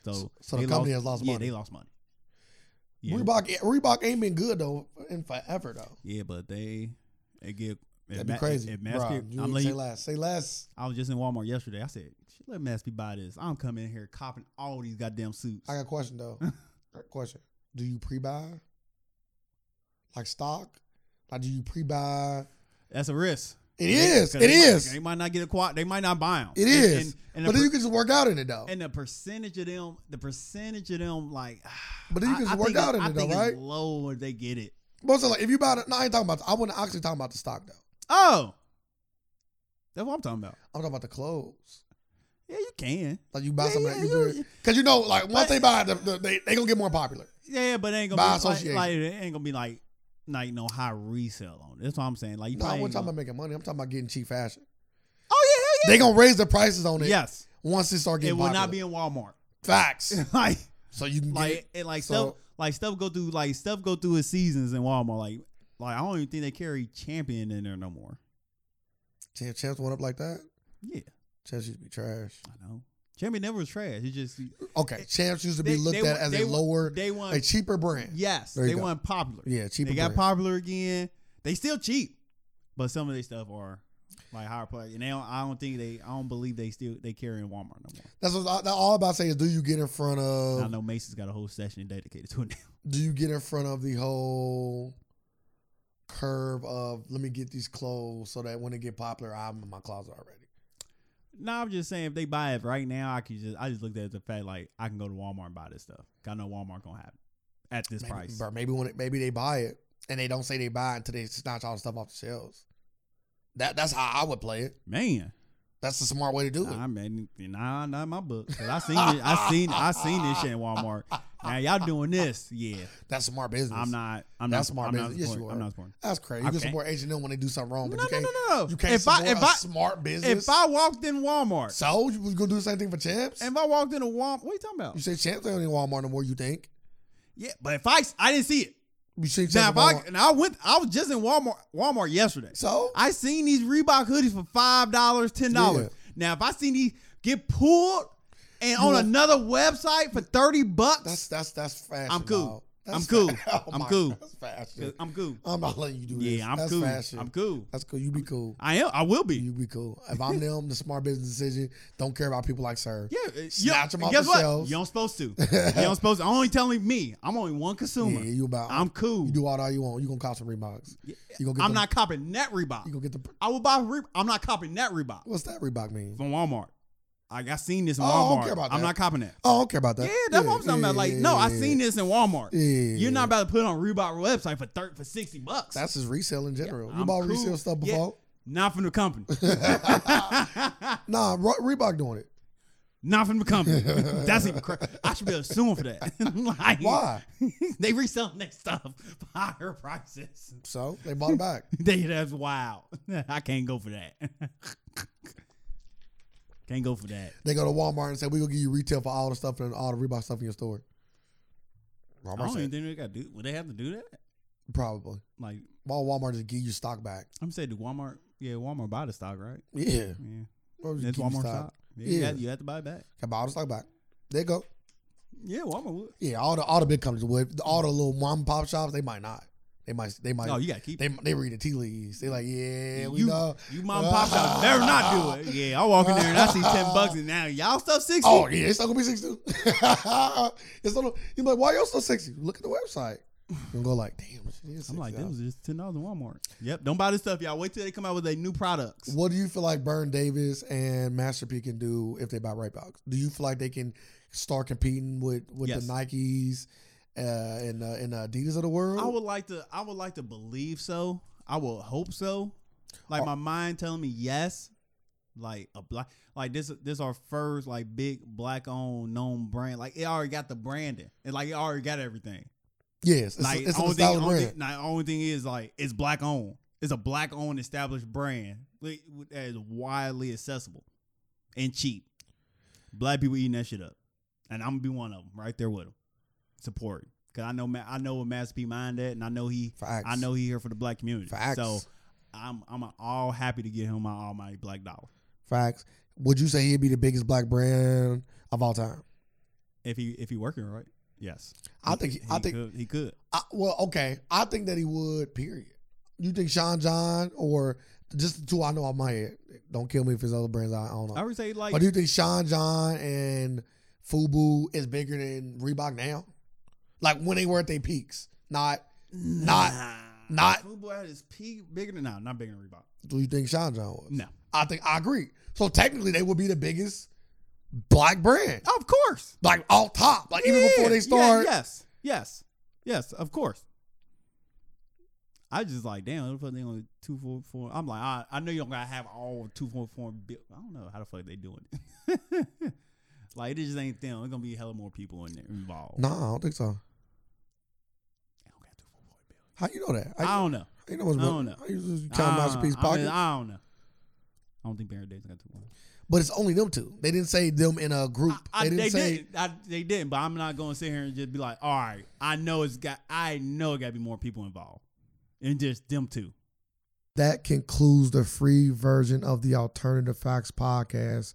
A: So,
B: So the
A: they
B: company has lost
A: yeah,
B: money.
A: they lost money. Yeah,
B: Reebok, eh, Reebok ain't been good though in forever though.
A: yeah, but they they get if
B: That'd
A: Ma-
B: be
A: if-
B: crazy.
A: If
B: Bruh,
A: Master,
B: you
A: I'm
B: say
A: letting you,
B: less. Say less.
A: I was just in Walmart yesterday. I said, "Shit, let Master P buy this. I'm coming in here copping all these goddamn suits.
B: I got a question though. I got a question. Do you pre-buy? Like stock? Like do you pre-buy?
A: That's a risk.
B: It
A: They-
B: is.
A: 'cause
B: It
A: they might-
B: is.
A: They might not get a quad. They might not buy them.
B: It is.
A: And, and,
B: but then
A: the
B: you
A: per-
B: can just work out in it though.
A: and the percentage of them, the percentage of them, like.
B: But then you
A: I-
B: can just
A: I
B: work
A: think it's-
B: out in
A: I
B: it though,
A: think it's
B: right?
A: Low when they get it.
B: But also, like if you buy it, no, I ain't talking about. I wasn't actually talking about the stock though.
A: Oh, that's what I'm talking about.
B: I'm talking about the clothes.
A: Yeah, you can.
B: Like you buy
A: Yeah,
B: something
A: yeah,
B: that you
A: you-
B: wear. Cause you know, like once
A: But-
B: they buy it, the, the, they they gonna get more popular.
A: Yeah, but it ain't gonna
B: By
A: be like,
B: association.
A: like, it ain't gonna be like like no high resale on. it. That's what I'm saying. Like you
B: No, I
A: probably
B: wasn't
A: ain't
B: talking
A: gonna-
B: about making money. I'm talking about getting cheap fashion.
A: Oh yeah, hell
B: They gonna raise the prices on
A: yeah.
B: it
A: Yes,
B: once it
A: it
B: start getting.
A: will not be
B: popular.
A: in Walmart.
B: facts.
A: like
B: so you can get
A: like and like
B: So-
A: stuff like stuff go through like stuff go through its seasons in Walmart. Like like I don't even think they carry champion in there no more.
B: Damn, Champs went up like that.
A: Yeah,
B: Champs used to be trash.
A: I know. Champion never was trash. It just
B: Okay, Champs used to be
A: They-
B: looked
A: they
B: at
A: wa-
B: as
A: they
B: a
A: wa-
B: lower,
A: they won.
B: a cheaper brand.
A: yes,
B: There you
A: they
B: go.
A: weren't popular.
B: yeah, cheaper.
A: they got
B: brand.
A: popular again. They still cheap, but some of their stuff are like higher price. And they don't, I don't think they I don't believe they still they carry in Walmart no more.
B: That's what I, that- all I'm about saying is, do you get in front
A: I
B: of,
A: know Mason's got a whole session dedicated to it. now.
B: do you get in front of the whole curve of let me get these clothes so that when they get popular, I'm in my closet already.
A: No, I'm just saying if they buy it right now, I could just I just looked at it the fact like I can go to Walmart and buy this stuff. 'Cause I know Walmart gonna have it at this
B: maybe,
A: price.
B: Bro, maybe when it, maybe they buy it and they don't say they buy it until they snatch all the stuff off the shelves. That that's how I would play it.
A: Man,
B: That's the smart way to do it.
A: nah, man, nah, not in my book. 'Cause I seen it, I seen I seen this shit in Walmart. Now y'all doing this? Yeah,
B: That's smart business.
A: I'm not. I'm
B: That's
A: not.
B: smart
A: I'm not
B: business. Yes,
A: supporting.
B: you
A: I'm
B: are.
A: not supporting.
B: That's crazy. You
A: I
B: can
A: can't-
B: support H and M when they do something wrong, but
A: No,
B: you
A: no,
B: can't.
A: no, no.
B: You can't
A: If I
B: support
A: if
B: a
A: I
B: smart business.
A: if I walked in Walmart,
B: so you was gonna do the same thing for champs.
A: if I walked in a Walmart, what are you talking
B: you
A: about?
B: say champs ain't in Walmart no more. You think?
A: Yeah, but if I I didn't see it.
B: You see
A: Now
B: champs
A: if
B: in
A: I
B: Walmart.
A: and I went, I was just in Walmart Walmart yesterday.
B: So
A: I seen these Reebok hoodies for five dollars, ten dollars. Now if I seen these get pulled and on
B: will-
A: another website for thirty
B: that's
A: bucks,
B: that's that's fashion.
A: I'm cool.
B: dog.
A: I'm
B: That's
A: cool.
B: fa- Oh
A: I'm
B: my
A: cool.
B: God, That's fashion.
A: I'm cool.
B: I'm not letting you do this.
A: Yeah, I'm
B: that's
A: cool.
B: Fashion.
A: I'm cool.
B: That's cool. You be cool.
A: I am. I will be.
B: You be cool. If I'm them, the smart business decision. Don't care about people like Sir.
A: Yeah. uh,
B: Snatch 'em
A: yo,
B: off
A: guess
B: the
A: what?
B: shelves.
A: You don't supposed to. You don't supposed to. I'm only telling me. I'm only one consumer.
B: Yeah, you about.
A: I'm cool.
B: you do all that you want. You gonna cop some Reeboks. You gonna get.
A: I'm
B: the-
A: not copping that
B: You
A: Reebok.
B: gonna get the.
A: I will buy. Reebok. I'm not copping that Reebok
B: What's that Reebok mean?
A: from Walmart. Like I seen this in
B: Oh, I
A: Walmart.
B: don't care about
A: I'm
B: that.
A: not copping that.
B: Oh, I don't care about that.
A: Yeah, that's what I'm talking about. Like, no, I seen this in Walmart.
B: Yeah.
A: You're not about to put it on Reebok website for thir- for sixty bucks.
B: That's just resale in general. you
A: I'm
B: bought
A: cool.
B: resale stuff
A: Yeah.
B: before?
A: not from the company.
B: Nah, Re- Reebok doing it.
A: not from the company. That's even crazy. I should be suing for that. like,
B: Why?
A: they reselling their stuff for higher prices.
B: So they bought it back.
A: They, that's wild. I can't go for that. can't go for that.
B: they go to Walmart and say, "We gonna give you retail for all the stuff and all the Reebok stuff in your store."
A: I don't
B: Walmart
A: even
B: said,
A: think they got to do. Would they have to do that?
B: probably.
A: Like
B: Why Walmart just give you stock back?
A: I'm saying, do Walmart? Yeah, Walmart buy the stock, right?
B: Yeah,
A: Yeah,
B: Why would you
A: that's
B: give you
A: Walmart stock. Yeah, you
B: Yeah.
A: got- you have to buy it back.
B: Can buy all the stock back. There you go.
A: Yeah, Walmart would.
B: Yeah, all the all the big companies would. All the little mom and pop shops, they might not. They might. They might.
A: No, Oh, you got to keep
B: they they read the tea leaves. They like, yeah, we
A: you,
B: know.
A: You mom and pop shop better not do it. Yeah, I walk in there and I see ten bucks and now y'all stuff sixty.
B: Oh yeah, it's not gonna be sixty. it's not. You like, why y'all so sexy? Look at the website. And go like, damn. This shit is
A: I'm like, that
B: $60.
A: was just ten dollars in Walmart. Yep, don't buy this stuff, y'all. Wait till they come out with their new products.
B: What do you feel like Burn Davis and Master P can do if they buy right box? Do you feel like they can start competing with with
A: Yes.
B: the Nikes uh, and uh, and Adidas of the world?
A: I would like to. I would like to believe so. I will hope so. Like
B: Oh.
A: my mind telling me yes. Like a black, like this. This our first like big black owned known brand. Like it already got the branding. and like it already got everything.
B: yes, it's,
A: Like
B: it's an
A: only, thing,
B: established
A: only,
B: brand.
A: thing, nah, only thing is like it's black owned. It's a black owned established brand like, with- that is widely accessible and cheap. Black people eating that shit up, and I'm gonna be one of them right there with them, supporting. Cause I know Ma- I know what Master P mind at, and I know he
B: Facts.
A: I know he here for the black community.
B: Facts.
A: So I'm I'm all happy to get him my almighty black dollar
B: Facts. Would you say he'd be the biggest black brand of all time?
A: if he if he working right. Yes,
B: I think.
A: He,
B: He, I think.
A: could, he could.
B: I, well, okay. I think that he would. Period. You think Sean John or just the two I know off my head? Don't kill me if there's other brands I don't know.
A: I would say like
B: But do you think Sean John and Fubu is bigger than Reebok now? Like when they were at their peaks, not not- not-
A: Fubu at his peak bigger than no, not bigger than Reebok.
B: do you think Sean John was?
A: No,
B: I think I agree. So technically, they would be the biggest black brand,
A: of course.
B: like all top, like even
A: Yeah,
B: before
A: yeah,
B: they start.
A: yes, yes, yes, of course. I just like damn. The fuck they only two four four. I'm like I, I know you don't gotta have all two four four. Bi- I don't know how the fuck they doing it. like it just ain't them. There's gonna be hella more people in there involved.
B: No, I don't think so.
A: They don't got 244 billion.
B: How you know that? How you,
A: I don't know.
B: how you know what's
A: I don't
B: wrong?
A: know.
B: How you just count
A: I don't-
B: masterpiece
A: I mean,
B: pocket?
A: I don't know. I don't think Baron Davis got two four.
B: but it's only them two. They didn't say them in a group.
A: I,
B: they didn't say.
A: I, they didn't. But I'm not going to sit here and just be like, all right, I know it's got. I know it got to be more people involved, and just them two.
B: That concludes the free version of the Alternative Facts podcast.